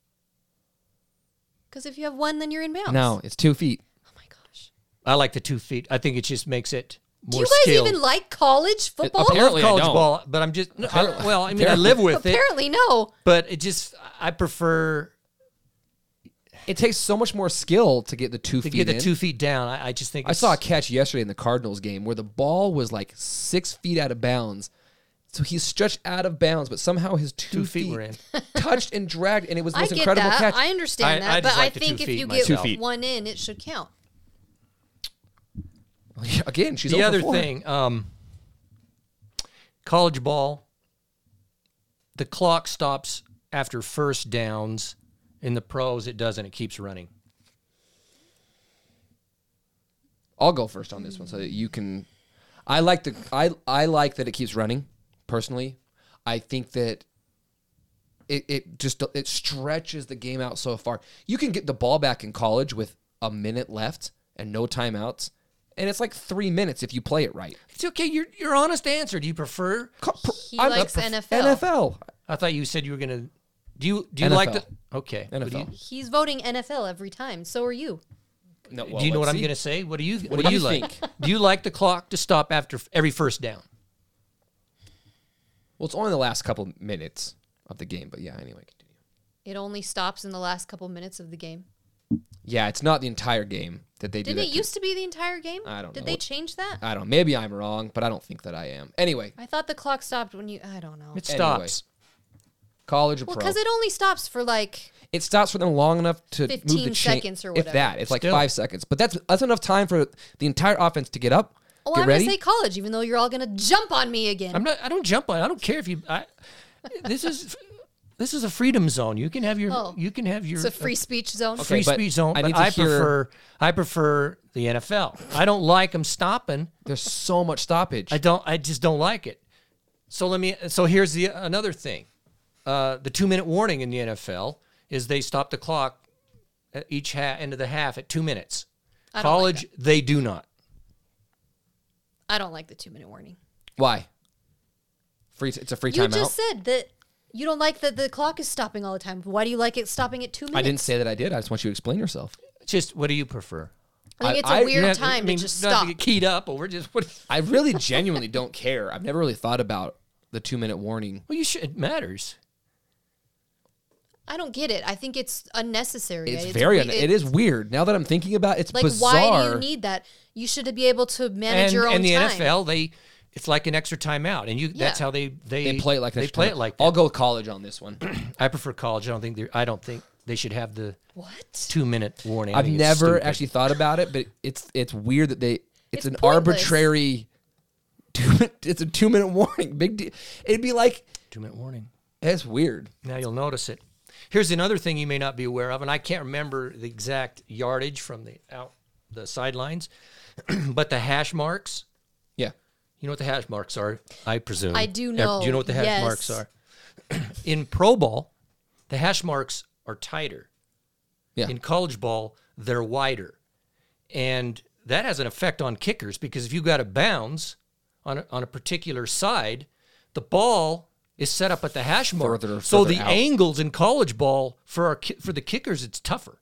[SPEAKER 3] Because if you have one, then you're in bounds.
[SPEAKER 4] No, it's two feet.
[SPEAKER 3] Oh my gosh.
[SPEAKER 2] I like the two feet. I think it just makes it
[SPEAKER 3] Do
[SPEAKER 2] more
[SPEAKER 3] you guys
[SPEAKER 2] skilled.
[SPEAKER 3] even like college football?
[SPEAKER 4] apparently- I
[SPEAKER 2] college
[SPEAKER 4] don't.
[SPEAKER 2] ball, but I'm just no, I- well. I mean, I live
[SPEAKER 4] (laughs)
[SPEAKER 2] with it,
[SPEAKER 3] Apparently, no.
[SPEAKER 2] but it just I prefer
[SPEAKER 4] It takes so much more skill to get the two
[SPEAKER 2] to
[SPEAKER 4] feet
[SPEAKER 2] get the
[SPEAKER 4] in.
[SPEAKER 2] two feet down. I, I just think
[SPEAKER 4] I
[SPEAKER 2] it's-
[SPEAKER 4] saw a catch yesterday in the Cardinals game where the ball was like six feet out of bounds. So he's stretched out of bounds, but somehow his two,
[SPEAKER 2] Two feet were in.
[SPEAKER 4] touched and dragged, and it was the
[SPEAKER 3] I
[SPEAKER 4] most
[SPEAKER 3] get
[SPEAKER 4] incredible
[SPEAKER 3] that.
[SPEAKER 4] catch.
[SPEAKER 3] I understand
[SPEAKER 2] I-
[SPEAKER 3] that.
[SPEAKER 2] I
[SPEAKER 3] but
[SPEAKER 2] just
[SPEAKER 3] I
[SPEAKER 2] like the two
[SPEAKER 3] think if
[SPEAKER 2] feet
[SPEAKER 3] you
[SPEAKER 2] myself.
[SPEAKER 3] get one in, it should count.
[SPEAKER 4] Again, she's
[SPEAKER 2] the
[SPEAKER 4] over
[SPEAKER 2] other
[SPEAKER 4] four.
[SPEAKER 2] thing, um, college ball, the clock stops after first downs. In the pros, it doesn't. It keeps running.
[SPEAKER 4] I'll go first on this one, so that you can. I like the I I like that it keeps running. Personally, I think that it it just it stretches the game out so far. You can get the ball back in college with a minute left and no timeouts, and it's like three minutes if you play it right.
[SPEAKER 2] It's okay. Your your honest answer. Do you prefer?
[SPEAKER 4] Co- pr-
[SPEAKER 3] He
[SPEAKER 4] I'm a
[SPEAKER 3] likes
[SPEAKER 4] prof-
[SPEAKER 3] NFL.
[SPEAKER 4] NFL.
[SPEAKER 2] I thought you said you were gonna. Do you do you like the?
[SPEAKER 4] NFL.
[SPEAKER 2] Okay. What Do you,
[SPEAKER 4] NFL.
[SPEAKER 3] He's voting NFL every time. So are you.
[SPEAKER 4] No,
[SPEAKER 2] do you know what I'm gonna say? What do you What, do you, like? (laughs) do you like the clock to stop after f- every first down?
[SPEAKER 4] Well, it's only the last couple minutes of the game, but yeah. Anyway, continue.
[SPEAKER 3] It only stops in the last couple minutes of the game.
[SPEAKER 4] Yeah, it's not the entire game that they do.
[SPEAKER 3] Didn't
[SPEAKER 4] that
[SPEAKER 3] it used to be the entire game?
[SPEAKER 4] I don't
[SPEAKER 3] Did
[SPEAKER 4] know.
[SPEAKER 3] they change that?
[SPEAKER 4] I don't. Maybe I'm wrong, but I don't think that I am. Anyway,
[SPEAKER 3] I thought the clock stopped when you. I don't know.
[SPEAKER 2] It
[SPEAKER 4] Anyway.
[SPEAKER 2] stops.
[SPEAKER 4] college or
[SPEAKER 3] well,
[SPEAKER 4] pro.
[SPEAKER 3] because it only stops for like.
[SPEAKER 4] it stops for them long enough to
[SPEAKER 3] 15
[SPEAKER 4] move the chain.
[SPEAKER 3] seconds or
[SPEAKER 4] If
[SPEAKER 3] whatever.
[SPEAKER 4] that, it's like
[SPEAKER 2] Still.
[SPEAKER 4] five seconds, but that's that's enough time for the entire offense to get up,
[SPEAKER 3] Oh,
[SPEAKER 4] get
[SPEAKER 3] I'm
[SPEAKER 4] ready.
[SPEAKER 3] gonna say college, even though you're all gonna jump on me again.
[SPEAKER 2] I'm not. I don't jump on. it. I don't care if you. I, this is. This is a freedom zone. You can have your.
[SPEAKER 3] Oh.
[SPEAKER 2] You can have your.
[SPEAKER 3] it's a free speech zone.
[SPEAKER 2] free
[SPEAKER 4] but
[SPEAKER 2] speech zone.
[SPEAKER 4] I
[SPEAKER 2] I
[SPEAKER 4] need
[SPEAKER 2] but
[SPEAKER 4] to
[SPEAKER 2] I
[SPEAKER 4] hear-
[SPEAKER 2] prefer I prefer the NFL. I don't like them stopping.
[SPEAKER 4] There's so much stoppage.
[SPEAKER 2] I don't. I just don't like it. So let me. So here's the another thing. Uh, the two minute warning in the NFL is they stop the clock at each ha- end of the half at two minutes.
[SPEAKER 3] I don't like
[SPEAKER 2] College, they do not.
[SPEAKER 3] I don't like the two minute warning.
[SPEAKER 4] Why? Free. It's a free
[SPEAKER 3] You
[SPEAKER 4] timeout.
[SPEAKER 3] just said that you don't like that the clock is stopping all the time. Why do you like it stopping at two minutes?
[SPEAKER 4] I didn't say that I did. I just want you to explain yourself.
[SPEAKER 2] Just what do you prefer?
[SPEAKER 3] I think
[SPEAKER 4] I-
[SPEAKER 3] it's a
[SPEAKER 4] I-
[SPEAKER 3] weird
[SPEAKER 2] Yeah,
[SPEAKER 3] time
[SPEAKER 2] I mean,
[SPEAKER 3] to just
[SPEAKER 2] not
[SPEAKER 3] stop.
[SPEAKER 2] get keyed up over just what.
[SPEAKER 4] I really genuinely don't care. I've never really thought about the two minute warning.
[SPEAKER 2] Well, you should. It matters.
[SPEAKER 3] I don't get it. I think it's unnecessary.
[SPEAKER 4] It's, very.
[SPEAKER 3] we-
[SPEAKER 4] Un- it is weird. Now that I'm thinking about it, it's
[SPEAKER 3] Like,
[SPEAKER 4] bizarre.
[SPEAKER 3] why do you need that? You should be able to manage
[SPEAKER 2] and,
[SPEAKER 3] your own
[SPEAKER 2] and the
[SPEAKER 3] time.
[SPEAKER 2] NFL, they it's like an extra timeout, and you that's how they they,
[SPEAKER 4] they play it like
[SPEAKER 2] they
[SPEAKER 4] this.
[SPEAKER 2] play it like.
[SPEAKER 4] I'll
[SPEAKER 2] That.
[SPEAKER 4] go with college on this one.
[SPEAKER 2] I prefer college. I don't think they I don't think they should have the
[SPEAKER 3] What?
[SPEAKER 2] two minute warning. I
[SPEAKER 4] I've
[SPEAKER 2] think it's
[SPEAKER 4] never
[SPEAKER 2] stupid.
[SPEAKER 4] actually thought about it, but it's it's weird that they it's,
[SPEAKER 3] It's
[SPEAKER 4] an
[SPEAKER 3] pointless.
[SPEAKER 4] arbitrary. (laughs) Two, it's a two minute warning. (laughs) Big deal. It'd be like
[SPEAKER 2] two minute warning.
[SPEAKER 4] that's weird.
[SPEAKER 2] Now you'll notice it. Here's another thing you may not be aware of, and I can't remember the exact yardage from the out the sidelines, (clears throat) but the hash marks.
[SPEAKER 4] Yeah,
[SPEAKER 2] You know what the hash marks are, I presume.
[SPEAKER 3] I do
[SPEAKER 2] Ev-
[SPEAKER 3] know,
[SPEAKER 2] Do you know what the hash
[SPEAKER 3] yes.
[SPEAKER 2] marks are? (clears throat) In pro ball, the hash marks are tighter.
[SPEAKER 4] Yeah.
[SPEAKER 2] In college ball, they're wider. And that has an effect on kickers because if you got a bounds on a, on a particular side, the ball is set up at the hash mark.
[SPEAKER 4] Further-
[SPEAKER 2] so
[SPEAKER 4] further
[SPEAKER 2] the
[SPEAKER 4] out.
[SPEAKER 2] angles in college ball for our ki- for the kickers it's tougher.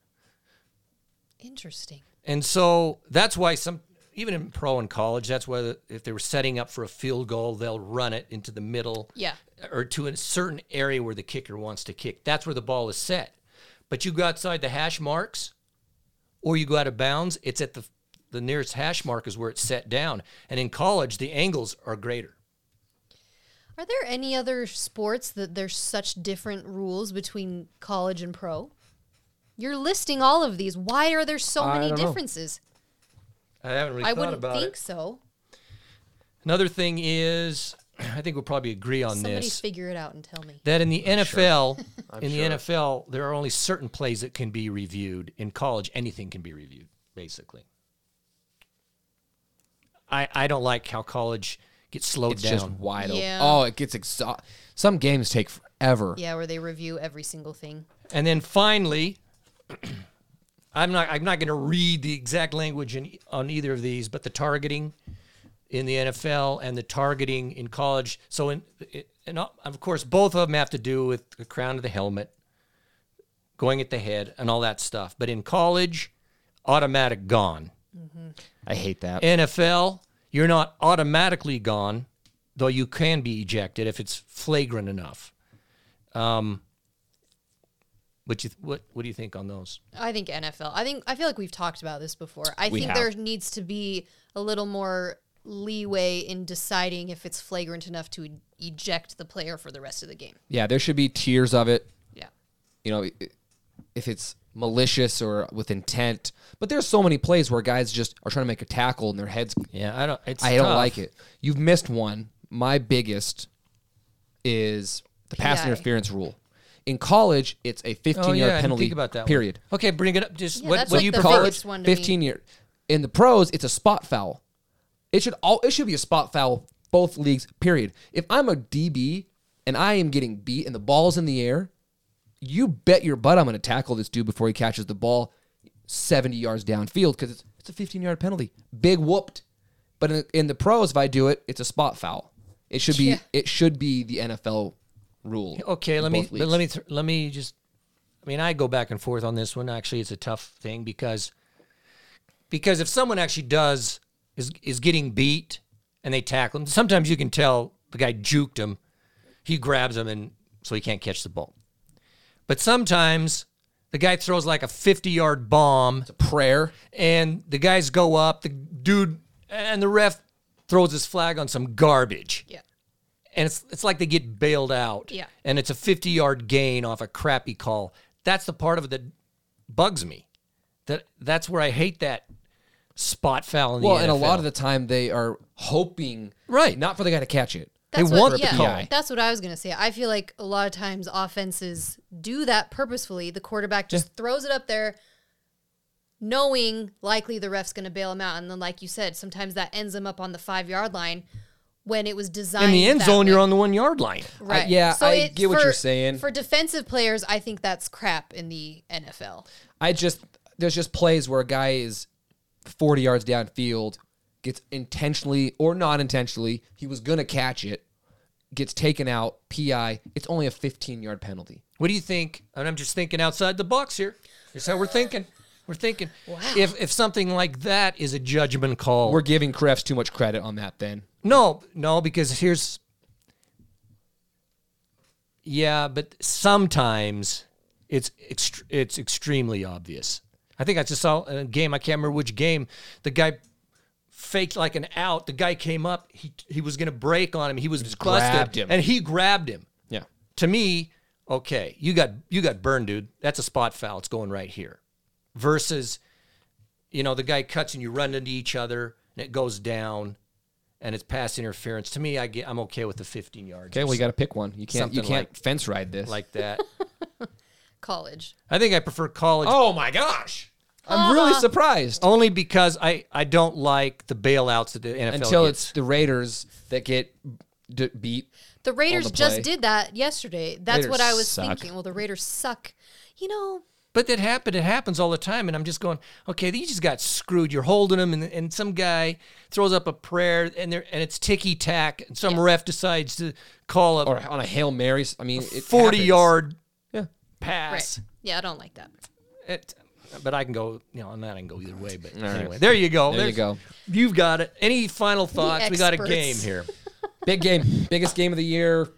[SPEAKER 3] Interesting.
[SPEAKER 2] And so that's why some even in pro and college, that's why the- if they were setting up for a field goal, they'll run it into the middle,
[SPEAKER 3] Yeah.
[SPEAKER 2] or to a certain area where the kicker wants to kick. That's where the ball is set. But you go outside the hash marks, or you go out of bounds. It's at the the nearest hash mark is where it's set down. And in college, the angles are greater.
[SPEAKER 3] Are there any other sports that there's such different rules between college and pro? You're listing all of these. Why are there so
[SPEAKER 4] I
[SPEAKER 3] many
[SPEAKER 4] don't know.
[SPEAKER 3] differences?
[SPEAKER 2] I haven't really
[SPEAKER 3] I
[SPEAKER 2] thought
[SPEAKER 3] wouldn't
[SPEAKER 2] about
[SPEAKER 3] think
[SPEAKER 2] it.
[SPEAKER 3] so.
[SPEAKER 2] Another thing is, (clears throat) I think we'll probably agree on
[SPEAKER 3] Somebody
[SPEAKER 2] this.
[SPEAKER 3] figure it out and tell me.
[SPEAKER 2] that in the (laughs) NFL, in the NFL, there are only certain plays that can be reviewed. In college, anything can be reviewed, basically. I I don't like how college gets slowed
[SPEAKER 4] It's
[SPEAKER 2] down.
[SPEAKER 4] just wide
[SPEAKER 3] Yeah.
[SPEAKER 4] open. Oh, it gets exhausted. Some games take forever.
[SPEAKER 3] Yeah, where they review every single thing.
[SPEAKER 2] And then finally, (clears throat) I'm not I'm not going to read the exact language in, on either of these, but the targeting in the NFL and the targeting in college. So in it- and of of course both of them have to do with the crown of the helmet, going at the head and all that stuff. But in college, automatic gone.
[SPEAKER 4] I hate that.
[SPEAKER 2] NFL, you're not automatically gone, though you can be ejected if it's flagrant enough. Um, what you what what do you think on those?
[SPEAKER 3] I think NFL. I think I feel like we've talked about this before. I
[SPEAKER 4] We
[SPEAKER 3] think
[SPEAKER 4] have.
[SPEAKER 3] there needs to be a little more leeway in deciding if it's flagrant enough to e- eject the player for the rest of the game.
[SPEAKER 4] yeah, there should be tiers of it.
[SPEAKER 3] Yeah.
[SPEAKER 4] you know, i- if it's malicious or with intent. But there's so many plays where guys just are trying to make a tackle and their heads.
[SPEAKER 2] Yeah, I don't. It's
[SPEAKER 4] I don't
[SPEAKER 2] tough.
[SPEAKER 4] like it. You've missed one. My biggest is the pass
[SPEAKER 3] PI.
[SPEAKER 4] interference rule. In college, it's a 15
[SPEAKER 2] Oh yeah, I
[SPEAKER 4] yard
[SPEAKER 2] didn't
[SPEAKER 4] penalty.
[SPEAKER 2] think about that. one.
[SPEAKER 4] Period.
[SPEAKER 2] Okay, bring it up. Just
[SPEAKER 3] Yeah,
[SPEAKER 2] what
[SPEAKER 3] that's
[SPEAKER 2] what
[SPEAKER 3] like
[SPEAKER 2] do you
[SPEAKER 3] the
[SPEAKER 2] prefer?
[SPEAKER 3] biggest one to me.
[SPEAKER 4] 15 year. In the pros, it's a spot foul. It should all. It should be a spot foul. Both leagues. Period. If I'm a DB and I am getting beat and the ball's in the air, you bet your butt I'm going to tackle this dude before he catches the ball 70 yards downfield because it's, it's a 15 yard penalty. Big whooped. But in, in the pros, if I do it, it's a spot foul. It should be
[SPEAKER 3] Yeah.
[SPEAKER 4] it should be the NFL rule.
[SPEAKER 2] Okay,
[SPEAKER 4] in
[SPEAKER 2] let me
[SPEAKER 4] both
[SPEAKER 2] but
[SPEAKER 4] leagues.
[SPEAKER 2] let me th- let me just. I mean, I go back and forth on this one. Actually, it's a tough thing because because if someone actually does is is getting beat and they tackle him, sometimes you can tell the guy juked him. He grabs him and so he can't catch the ball. But sometimes the guy throws like a fifty yard bomb
[SPEAKER 4] prayer.
[SPEAKER 2] and the guys go up. The dude and the ref throws his flag on some garbage
[SPEAKER 3] Yeah.
[SPEAKER 2] and it's it's like they get bailed out.
[SPEAKER 3] Yeah.
[SPEAKER 2] And it's a 50 yard gain off a crappy call. That's the part of it that bugs me. That that's where I hate that spot foul in
[SPEAKER 4] Well,
[SPEAKER 2] the
[SPEAKER 4] and a
[SPEAKER 2] NFL.
[SPEAKER 4] lot of the time they are hoping
[SPEAKER 2] Right.
[SPEAKER 4] not for the guy to catch it.
[SPEAKER 3] That's
[SPEAKER 2] want
[SPEAKER 3] what,
[SPEAKER 2] the
[SPEAKER 3] yeah,
[SPEAKER 2] call.
[SPEAKER 3] That's what I was gonna say. I feel like a lot of times offenses do that purposefully. The quarterback just throws it up there, knowing likely the ref's gonna bail him out. And then, like you said, sometimes that ends him up on the five yard line when it was designed
[SPEAKER 2] in the end
[SPEAKER 3] that
[SPEAKER 2] zone,
[SPEAKER 3] way.
[SPEAKER 2] you're on the one yard line.
[SPEAKER 3] right.
[SPEAKER 4] yeah, I
[SPEAKER 3] it-
[SPEAKER 4] get what
[SPEAKER 3] for-
[SPEAKER 4] you're saying.
[SPEAKER 3] For defensive players, I think that's crap in the NFL.
[SPEAKER 4] I just there's just plays where a guy is 40 yards downfield, gets intentionally or not intentionally, he was gonna catch it, gets taken out, PI. It's only a 15 yard penalty.
[SPEAKER 2] What do you think? And I'm just thinking outside the box here. That's how we're thinking. We're thinking if if something like that is a judgment call.
[SPEAKER 4] We're giving Krefs too much credit on that. Then
[SPEAKER 2] No, no, because here's. Yeah, but sometimes it's ext- it's extremely obvious. I think I just saw a game. I can't remember which game. The guy faked like an out. The guy came up. He he was gonna break on him. He was busted,
[SPEAKER 4] grabbed him.
[SPEAKER 2] and he grabbed him.
[SPEAKER 4] yeah,
[SPEAKER 2] To me, okay, you got you got burned, dude. That's a spot foul. It's going right here. Versus, you know, the guy cuts and you run into each other and it goes down, and it's pass interference. To me, I get I'm okay with the 15 yards.
[SPEAKER 4] okay, well you got to pick one. You can't you
[SPEAKER 2] Something
[SPEAKER 4] can't
[SPEAKER 2] like-
[SPEAKER 4] fence ride this.
[SPEAKER 2] like that.
[SPEAKER 3] College.
[SPEAKER 2] I think I prefer college
[SPEAKER 4] (laughs) oh my gosh, I'm really surprised.
[SPEAKER 2] only because I I don't like the bailouts that the NFL
[SPEAKER 4] Until
[SPEAKER 2] gets.
[SPEAKER 4] it's the Raiders that get d- beat.
[SPEAKER 3] The Raiders
[SPEAKER 4] the play.
[SPEAKER 3] just did that yesterday. That's
[SPEAKER 4] Raiders
[SPEAKER 3] what I was
[SPEAKER 4] suck.
[SPEAKER 3] thinking. Well, the Raiders suck. You know,
[SPEAKER 2] But that happened. It happens all the time, and I'm just going, okay, you just got screwed. You're holding them, and, and some guy throws up a prayer, and there and it's ticky tack, and some ref decides to call
[SPEAKER 4] Or
[SPEAKER 2] a
[SPEAKER 4] on a hail mary, I mean, it
[SPEAKER 2] forty
[SPEAKER 4] happens.
[SPEAKER 2] yard
[SPEAKER 4] Yeah.
[SPEAKER 2] pass.
[SPEAKER 3] right. Yeah, I don't like that.
[SPEAKER 2] It- but I can go. You know, on that I can go either way. But
[SPEAKER 4] right.
[SPEAKER 2] anyway, there you go.
[SPEAKER 4] There you
[SPEAKER 2] There's-
[SPEAKER 4] go.
[SPEAKER 2] You've got it. Any final thoughts? We got a
[SPEAKER 3] experts.
[SPEAKER 2] game here.
[SPEAKER 4] Big game, biggest game of the year,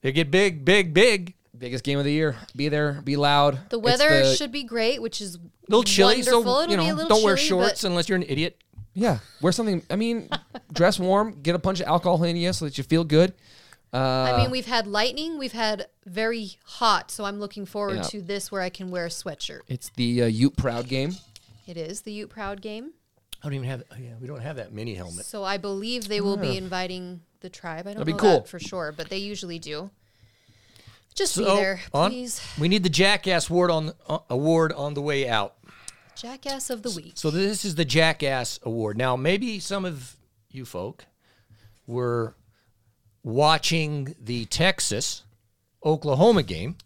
[SPEAKER 2] They get big, big, big.
[SPEAKER 4] biggest game of the year. Be there, be loud.
[SPEAKER 3] The
[SPEAKER 4] It's
[SPEAKER 3] weather should be great, which is
[SPEAKER 2] A little chilly,
[SPEAKER 3] Wonderful.
[SPEAKER 2] so
[SPEAKER 3] It'll
[SPEAKER 2] you
[SPEAKER 3] be a
[SPEAKER 2] know,
[SPEAKER 3] little
[SPEAKER 2] don't wear
[SPEAKER 3] chilly,
[SPEAKER 2] shorts
[SPEAKER 3] but-
[SPEAKER 2] unless you're an idiot.
[SPEAKER 4] Yeah, wear something.
[SPEAKER 3] (laughs)
[SPEAKER 4] I mean, dress warm, get a bunch of alcohol in you so that you feel good. uh,
[SPEAKER 3] I mean, we've had lightning, we've had very hot, so I'm looking forward
[SPEAKER 4] Yeah.
[SPEAKER 3] to this where I can wear a sweatshirt.
[SPEAKER 4] It's the uh, Ute Proud game.
[SPEAKER 3] It is the Ute Proud game,
[SPEAKER 2] I don't even have. oh, Yeah, we don't have that mini helmet.
[SPEAKER 3] so I believe they will be inviting the tribe. I don't
[SPEAKER 4] That'd be
[SPEAKER 3] know
[SPEAKER 4] cool.
[SPEAKER 3] that for sure, but they usually do. Just be
[SPEAKER 2] So
[SPEAKER 3] there,
[SPEAKER 2] on,
[SPEAKER 3] please.
[SPEAKER 2] we need the jackass award on uh, award on the way out.
[SPEAKER 3] Jackass of the week.
[SPEAKER 2] So this is the Jackass Award. Now, maybe some of you folk were watching the Texas Oklahoma game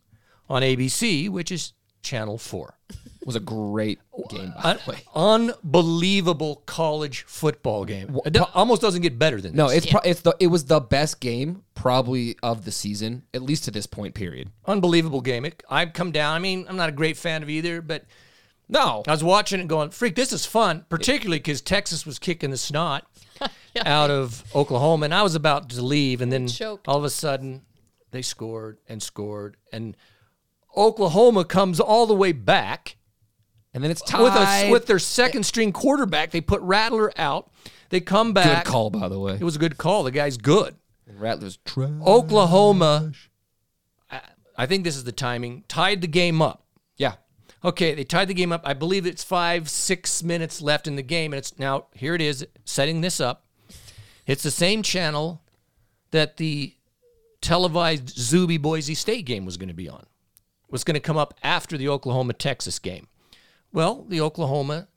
[SPEAKER 2] on ABC, which is Channel 4.
[SPEAKER 4] It was a great game, by
[SPEAKER 2] An
[SPEAKER 4] the way.
[SPEAKER 2] unbelievable college football game. It do- almost doesn't get better than
[SPEAKER 4] No,
[SPEAKER 2] this.
[SPEAKER 4] it's pro- it's the it was the best game probably of the season, at least to this point. Period.
[SPEAKER 2] unbelievable game. It, I've come down. I mean, I'm not a great fan of either, but
[SPEAKER 4] No,
[SPEAKER 2] I was watching it going, freak, this is fun, particularly because Texas was kicking the snot out of Oklahoma. And I was about to leave. And then
[SPEAKER 3] Choked.
[SPEAKER 2] all of a sudden, they scored and scored. And Oklahoma comes all the way back
[SPEAKER 4] and then it's tied
[SPEAKER 2] with, a, with their second string quarterback. They put Rattler out. They come
[SPEAKER 4] good
[SPEAKER 2] back.
[SPEAKER 4] call by the way. Oh,
[SPEAKER 2] It was a good call. The guy's good.
[SPEAKER 4] Rattlers trash.
[SPEAKER 2] Oklahoma, I, I think this is the timing, tied the game up.
[SPEAKER 4] yeah,
[SPEAKER 2] Okay, they tied the game up. I believe it's five, six minutes left in the game, and it's now here it is setting this up. It's the same channel that the televised Zuby Boise State game was going to be on. Was going to come up after the Oklahoma Texas game. Well, the Oklahoma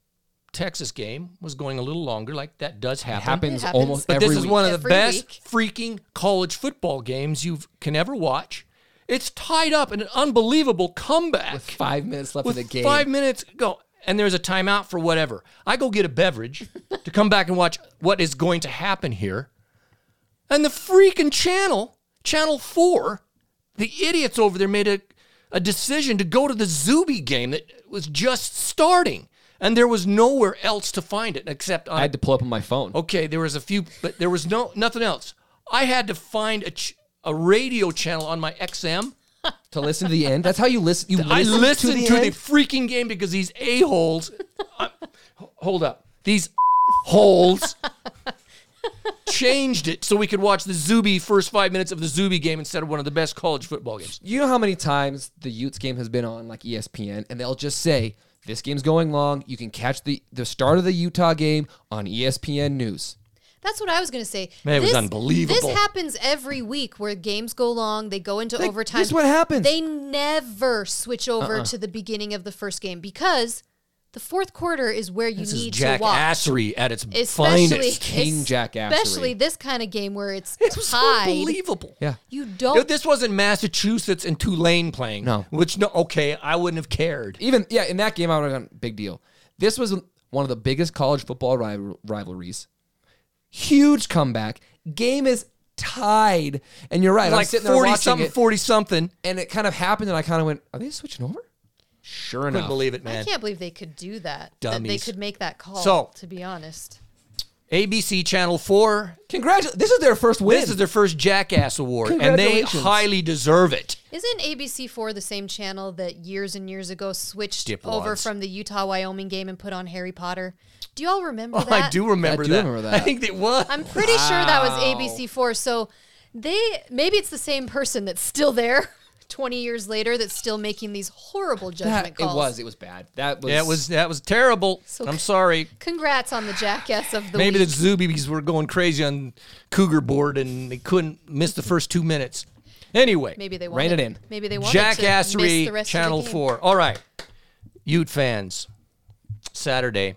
[SPEAKER 2] Texas game was going a little longer, like that does happen.
[SPEAKER 4] happens,
[SPEAKER 3] happens.
[SPEAKER 4] almost
[SPEAKER 2] But
[SPEAKER 4] every
[SPEAKER 2] this is
[SPEAKER 4] week.
[SPEAKER 2] one of the
[SPEAKER 3] Every
[SPEAKER 2] best freaking college football games you can ever watch. It's tied up in an unbelievable comeback
[SPEAKER 4] with five minutes left
[SPEAKER 2] with
[SPEAKER 4] in the game.
[SPEAKER 2] five minutes go and there's a timeout for whatever i go get a beverage to come back and watch what is going to happen here and the freaking channel channel 4 the idiots over there made a, a decision to go to the zuby game that was just starting and there was nowhere else to find it except on
[SPEAKER 4] I had to pull up on my phone.
[SPEAKER 2] okay there was a few but there was no nothing else i had to find a, ch- a radio channel on my xm
[SPEAKER 4] to listen to the end. That's how you listen. (laughs) You listen
[SPEAKER 2] I listened
[SPEAKER 4] to the
[SPEAKER 2] to the,
[SPEAKER 4] end.
[SPEAKER 2] freaking game because these a-holes. I- (laughs) hold up. These
[SPEAKER 3] (laughs)
[SPEAKER 2] holes changed it so we could watch the Zuby first five minutes of the Zuby game instead of one of the best college football games.
[SPEAKER 4] you know how many times the Utes game has been on like E ESPN, and they'll just say this game's going long. You can catch the the start of the Utah game on E ESPN News.
[SPEAKER 3] That's what I was going to say.
[SPEAKER 2] Man, it was unbelievable.
[SPEAKER 3] This happens every week where games go long, they go into overtime.
[SPEAKER 4] this is what happens.
[SPEAKER 3] They never switch over
[SPEAKER 2] Uh-uh.
[SPEAKER 3] to the beginning of the first game because the fourth quarter is where you
[SPEAKER 2] This is
[SPEAKER 3] need
[SPEAKER 2] Jack
[SPEAKER 3] to watch.
[SPEAKER 2] Assery at its
[SPEAKER 3] especially (laughs)
[SPEAKER 2] finest.
[SPEAKER 4] King jackassery.
[SPEAKER 3] especially this kind of game where it's
[SPEAKER 2] It was
[SPEAKER 3] tied.
[SPEAKER 2] unbelievable.
[SPEAKER 4] Yeah.
[SPEAKER 3] you
[SPEAKER 2] Yo,
[SPEAKER 3] don't
[SPEAKER 2] This wasn't Massachusetts and Tulane playing.
[SPEAKER 4] No.
[SPEAKER 2] Which, no, okay, I wouldn't have cared.
[SPEAKER 4] Even yeah, in that game, I would have done big deal. This was one of the biggest college football rival- rivalries. Huge comeback. Game is tied, and you're right. I'm
[SPEAKER 2] Like
[SPEAKER 4] sitting there
[SPEAKER 2] 40
[SPEAKER 4] watching
[SPEAKER 2] something,
[SPEAKER 4] it,
[SPEAKER 2] 40 something.
[SPEAKER 4] and it kind of happened, and I kind of went, "Are they switching over?" Sure
[SPEAKER 2] Couldn't
[SPEAKER 4] enough,
[SPEAKER 2] believe it,
[SPEAKER 3] I
[SPEAKER 2] man.
[SPEAKER 3] can't believe they could do that. That they
[SPEAKER 2] Dummies.
[SPEAKER 3] could make that call.
[SPEAKER 2] So-
[SPEAKER 3] to be honest,
[SPEAKER 2] ABC Channel 4
[SPEAKER 4] Congratulations! This is their first win.
[SPEAKER 2] This is their first Jackass Award, and they
[SPEAKER 4] Congratulations.
[SPEAKER 2] highly deserve it.
[SPEAKER 3] isn't ABC Four the same channel that years and years ago switched over
[SPEAKER 2] Dipwads.
[SPEAKER 3] from the Utah Wyoming game and put on Harry Potter? Do y'all
[SPEAKER 2] (laughs)
[SPEAKER 3] remember
[SPEAKER 2] Oh,
[SPEAKER 3] that?
[SPEAKER 2] I do remember
[SPEAKER 4] I do
[SPEAKER 2] that.
[SPEAKER 4] remember that.
[SPEAKER 2] I think it was.
[SPEAKER 3] I'm pretty sure that was ABC Four. So they maybe it's the same person that's still there. (laughs) 20 years later that's still making these horrible
[SPEAKER 4] that,
[SPEAKER 3] judgment
[SPEAKER 4] it
[SPEAKER 3] calls.
[SPEAKER 4] was. It was bad. That was.
[SPEAKER 2] that was that was terrible.
[SPEAKER 3] So-
[SPEAKER 2] I'm sorry.
[SPEAKER 3] Congrats on the jackass of the
[SPEAKER 2] Maybe the
[SPEAKER 3] week.
[SPEAKER 2] Zubies were going crazy on Cougar board and they couldn't miss the first two minutes. Anyway,
[SPEAKER 3] Maybe they
[SPEAKER 4] Rein
[SPEAKER 3] wanted,
[SPEAKER 4] it in.
[SPEAKER 3] Maybe they wanted to miss the
[SPEAKER 2] Jackassery
[SPEAKER 3] rest
[SPEAKER 2] Channel
[SPEAKER 3] of the game.
[SPEAKER 2] Four. All right, Ute fans, Saturday.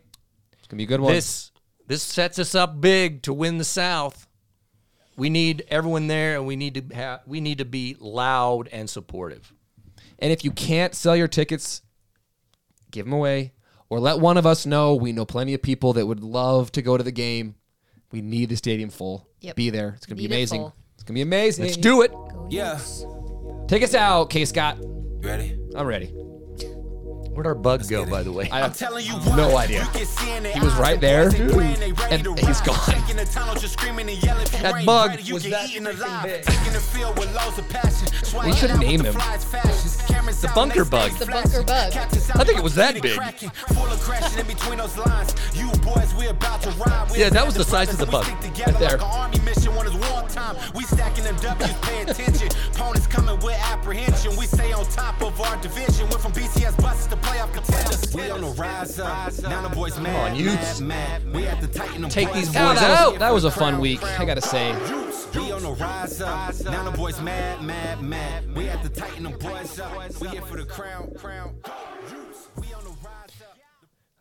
[SPEAKER 4] It's gonna be a good one.
[SPEAKER 2] This this sets us up big to win the South. We need everyone there, and we need to have we need to be loud and supportive.
[SPEAKER 4] and if you can't sell your tickets, give them away, or let one of us know. We know plenty of people that would love to go to the game. We need the stadium full.
[SPEAKER 3] Yep.
[SPEAKER 4] Be there. It's gonna
[SPEAKER 3] Need
[SPEAKER 4] be
[SPEAKER 3] it
[SPEAKER 4] amazing.
[SPEAKER 3] full.
[SPEAKER 4] it's gonna be amazing.
[SPEAKER 2] Let's do it.
[SPEAKER 1] Yeah.
[SPEAKER 4] Take us out, K Scott.
[SPEAKER 1] Ready?
[SPEAKER 4] I'm ready.
[SPEAKER 2] Where'd our bug go, by the way?
[SPEAKER 4] I
[SPEAKER 1] I'm
[SPEAKER 4] have
[SPEAKER 1] telling you
[SPEAKER 4] no
[SPEAKER 1] why.
[SPEAKER 4] idea.
[SPEAKER 1] You can see in their
[SPEAKER 4] He was
[SPEAKER 1] eyes
[SPEAKER 4] right
[SPEAKER 1] the boys
[SPEAKER 4] there,
[SPEAKER 1] ain't playing, they ready
[SPEAKER 4] and
[SPEAKER 1] to
[SPEAKER 4] he's
[SPEAKER 1] ride.
[SPEAKER 4] gone.
[SPEAKER 1] Taking the tunnel, just screaming and yelling. If you
[SPEAKER 2] That
[SPEAKER 1] ain't
[SPEAKER 2] bug
[SPEAKER 1] ready, you
[SPEAKER 2] was
[SPEAKER 1] get
[SPEAKER 2] that
[SPEAKER 1] eaten
[SPEAKER 2] freaking
[SPEAKER 1] alive.
[SPEAKER 2] big.
[SPEAKER 1] Taking the field with loads of passion. Swiping
[SPEAKER 4] should
[SPEAKER 1] out with
[SPEAKER 4] name
[SPEAKER 1] the
[SPEAKER 4] him.
[SPEAKER 1] flies, fashions. Cameras
[SPEAKER 2] The
[SPEAKER 1] out,
[SPEAKER 2] bunker
[SPEAKER 1] next
[SPEAKER 2] bug.
[SPEAKER 1] thing
[SPEAKER 3] The bunker
[SPEAKER 1] flashing.
[SPEAKER 3] bug.
[SPEAKER 1] Captain's out,
[SPEAKER 2] I think it
[SPEAKER 1] about
[SPEAKER 2] was
[SPEAKER 1] to
[SPEAKER 2] that
[SPEAKER 1] get
[SPEAKER 2] big.
[SPEAKER 1] cracking. Full of crashing in between those lines. You boys, we about to ride. We're
[SPEAKER 2] Yeah, that was
[SPEAKER 1] together,
[SPEAKER 2] the size of the
[SPEAKER 1] brothers,
[SPEAKER 2] bug.
[SPEAKER 1] we stick together
[SPEAKER 4] Right there.
[SPEAKER 1] like an army mission when it's wartime. We stacking them W's, pay attention. Opponents coming with apprehension. We stay on top of our division. Went from BCS buses to playoff contenders. We on the rise up. Now the boys mad.
[SPEAKER 2] on, youths.
[SPEAKER 1] mad, mad. We have to tighten them
[SPEAKER 2] Take these boys
[SPEAKER 4] that, was,
[SPEAKER 2] out.
[SPEAKER 4] that was a fun week. I gotta say,
[SPEAKER 1] Youths, we on the rise up. Now the boys mad, mad, mad. We have to tighten them boys up. We here for the crown, crown.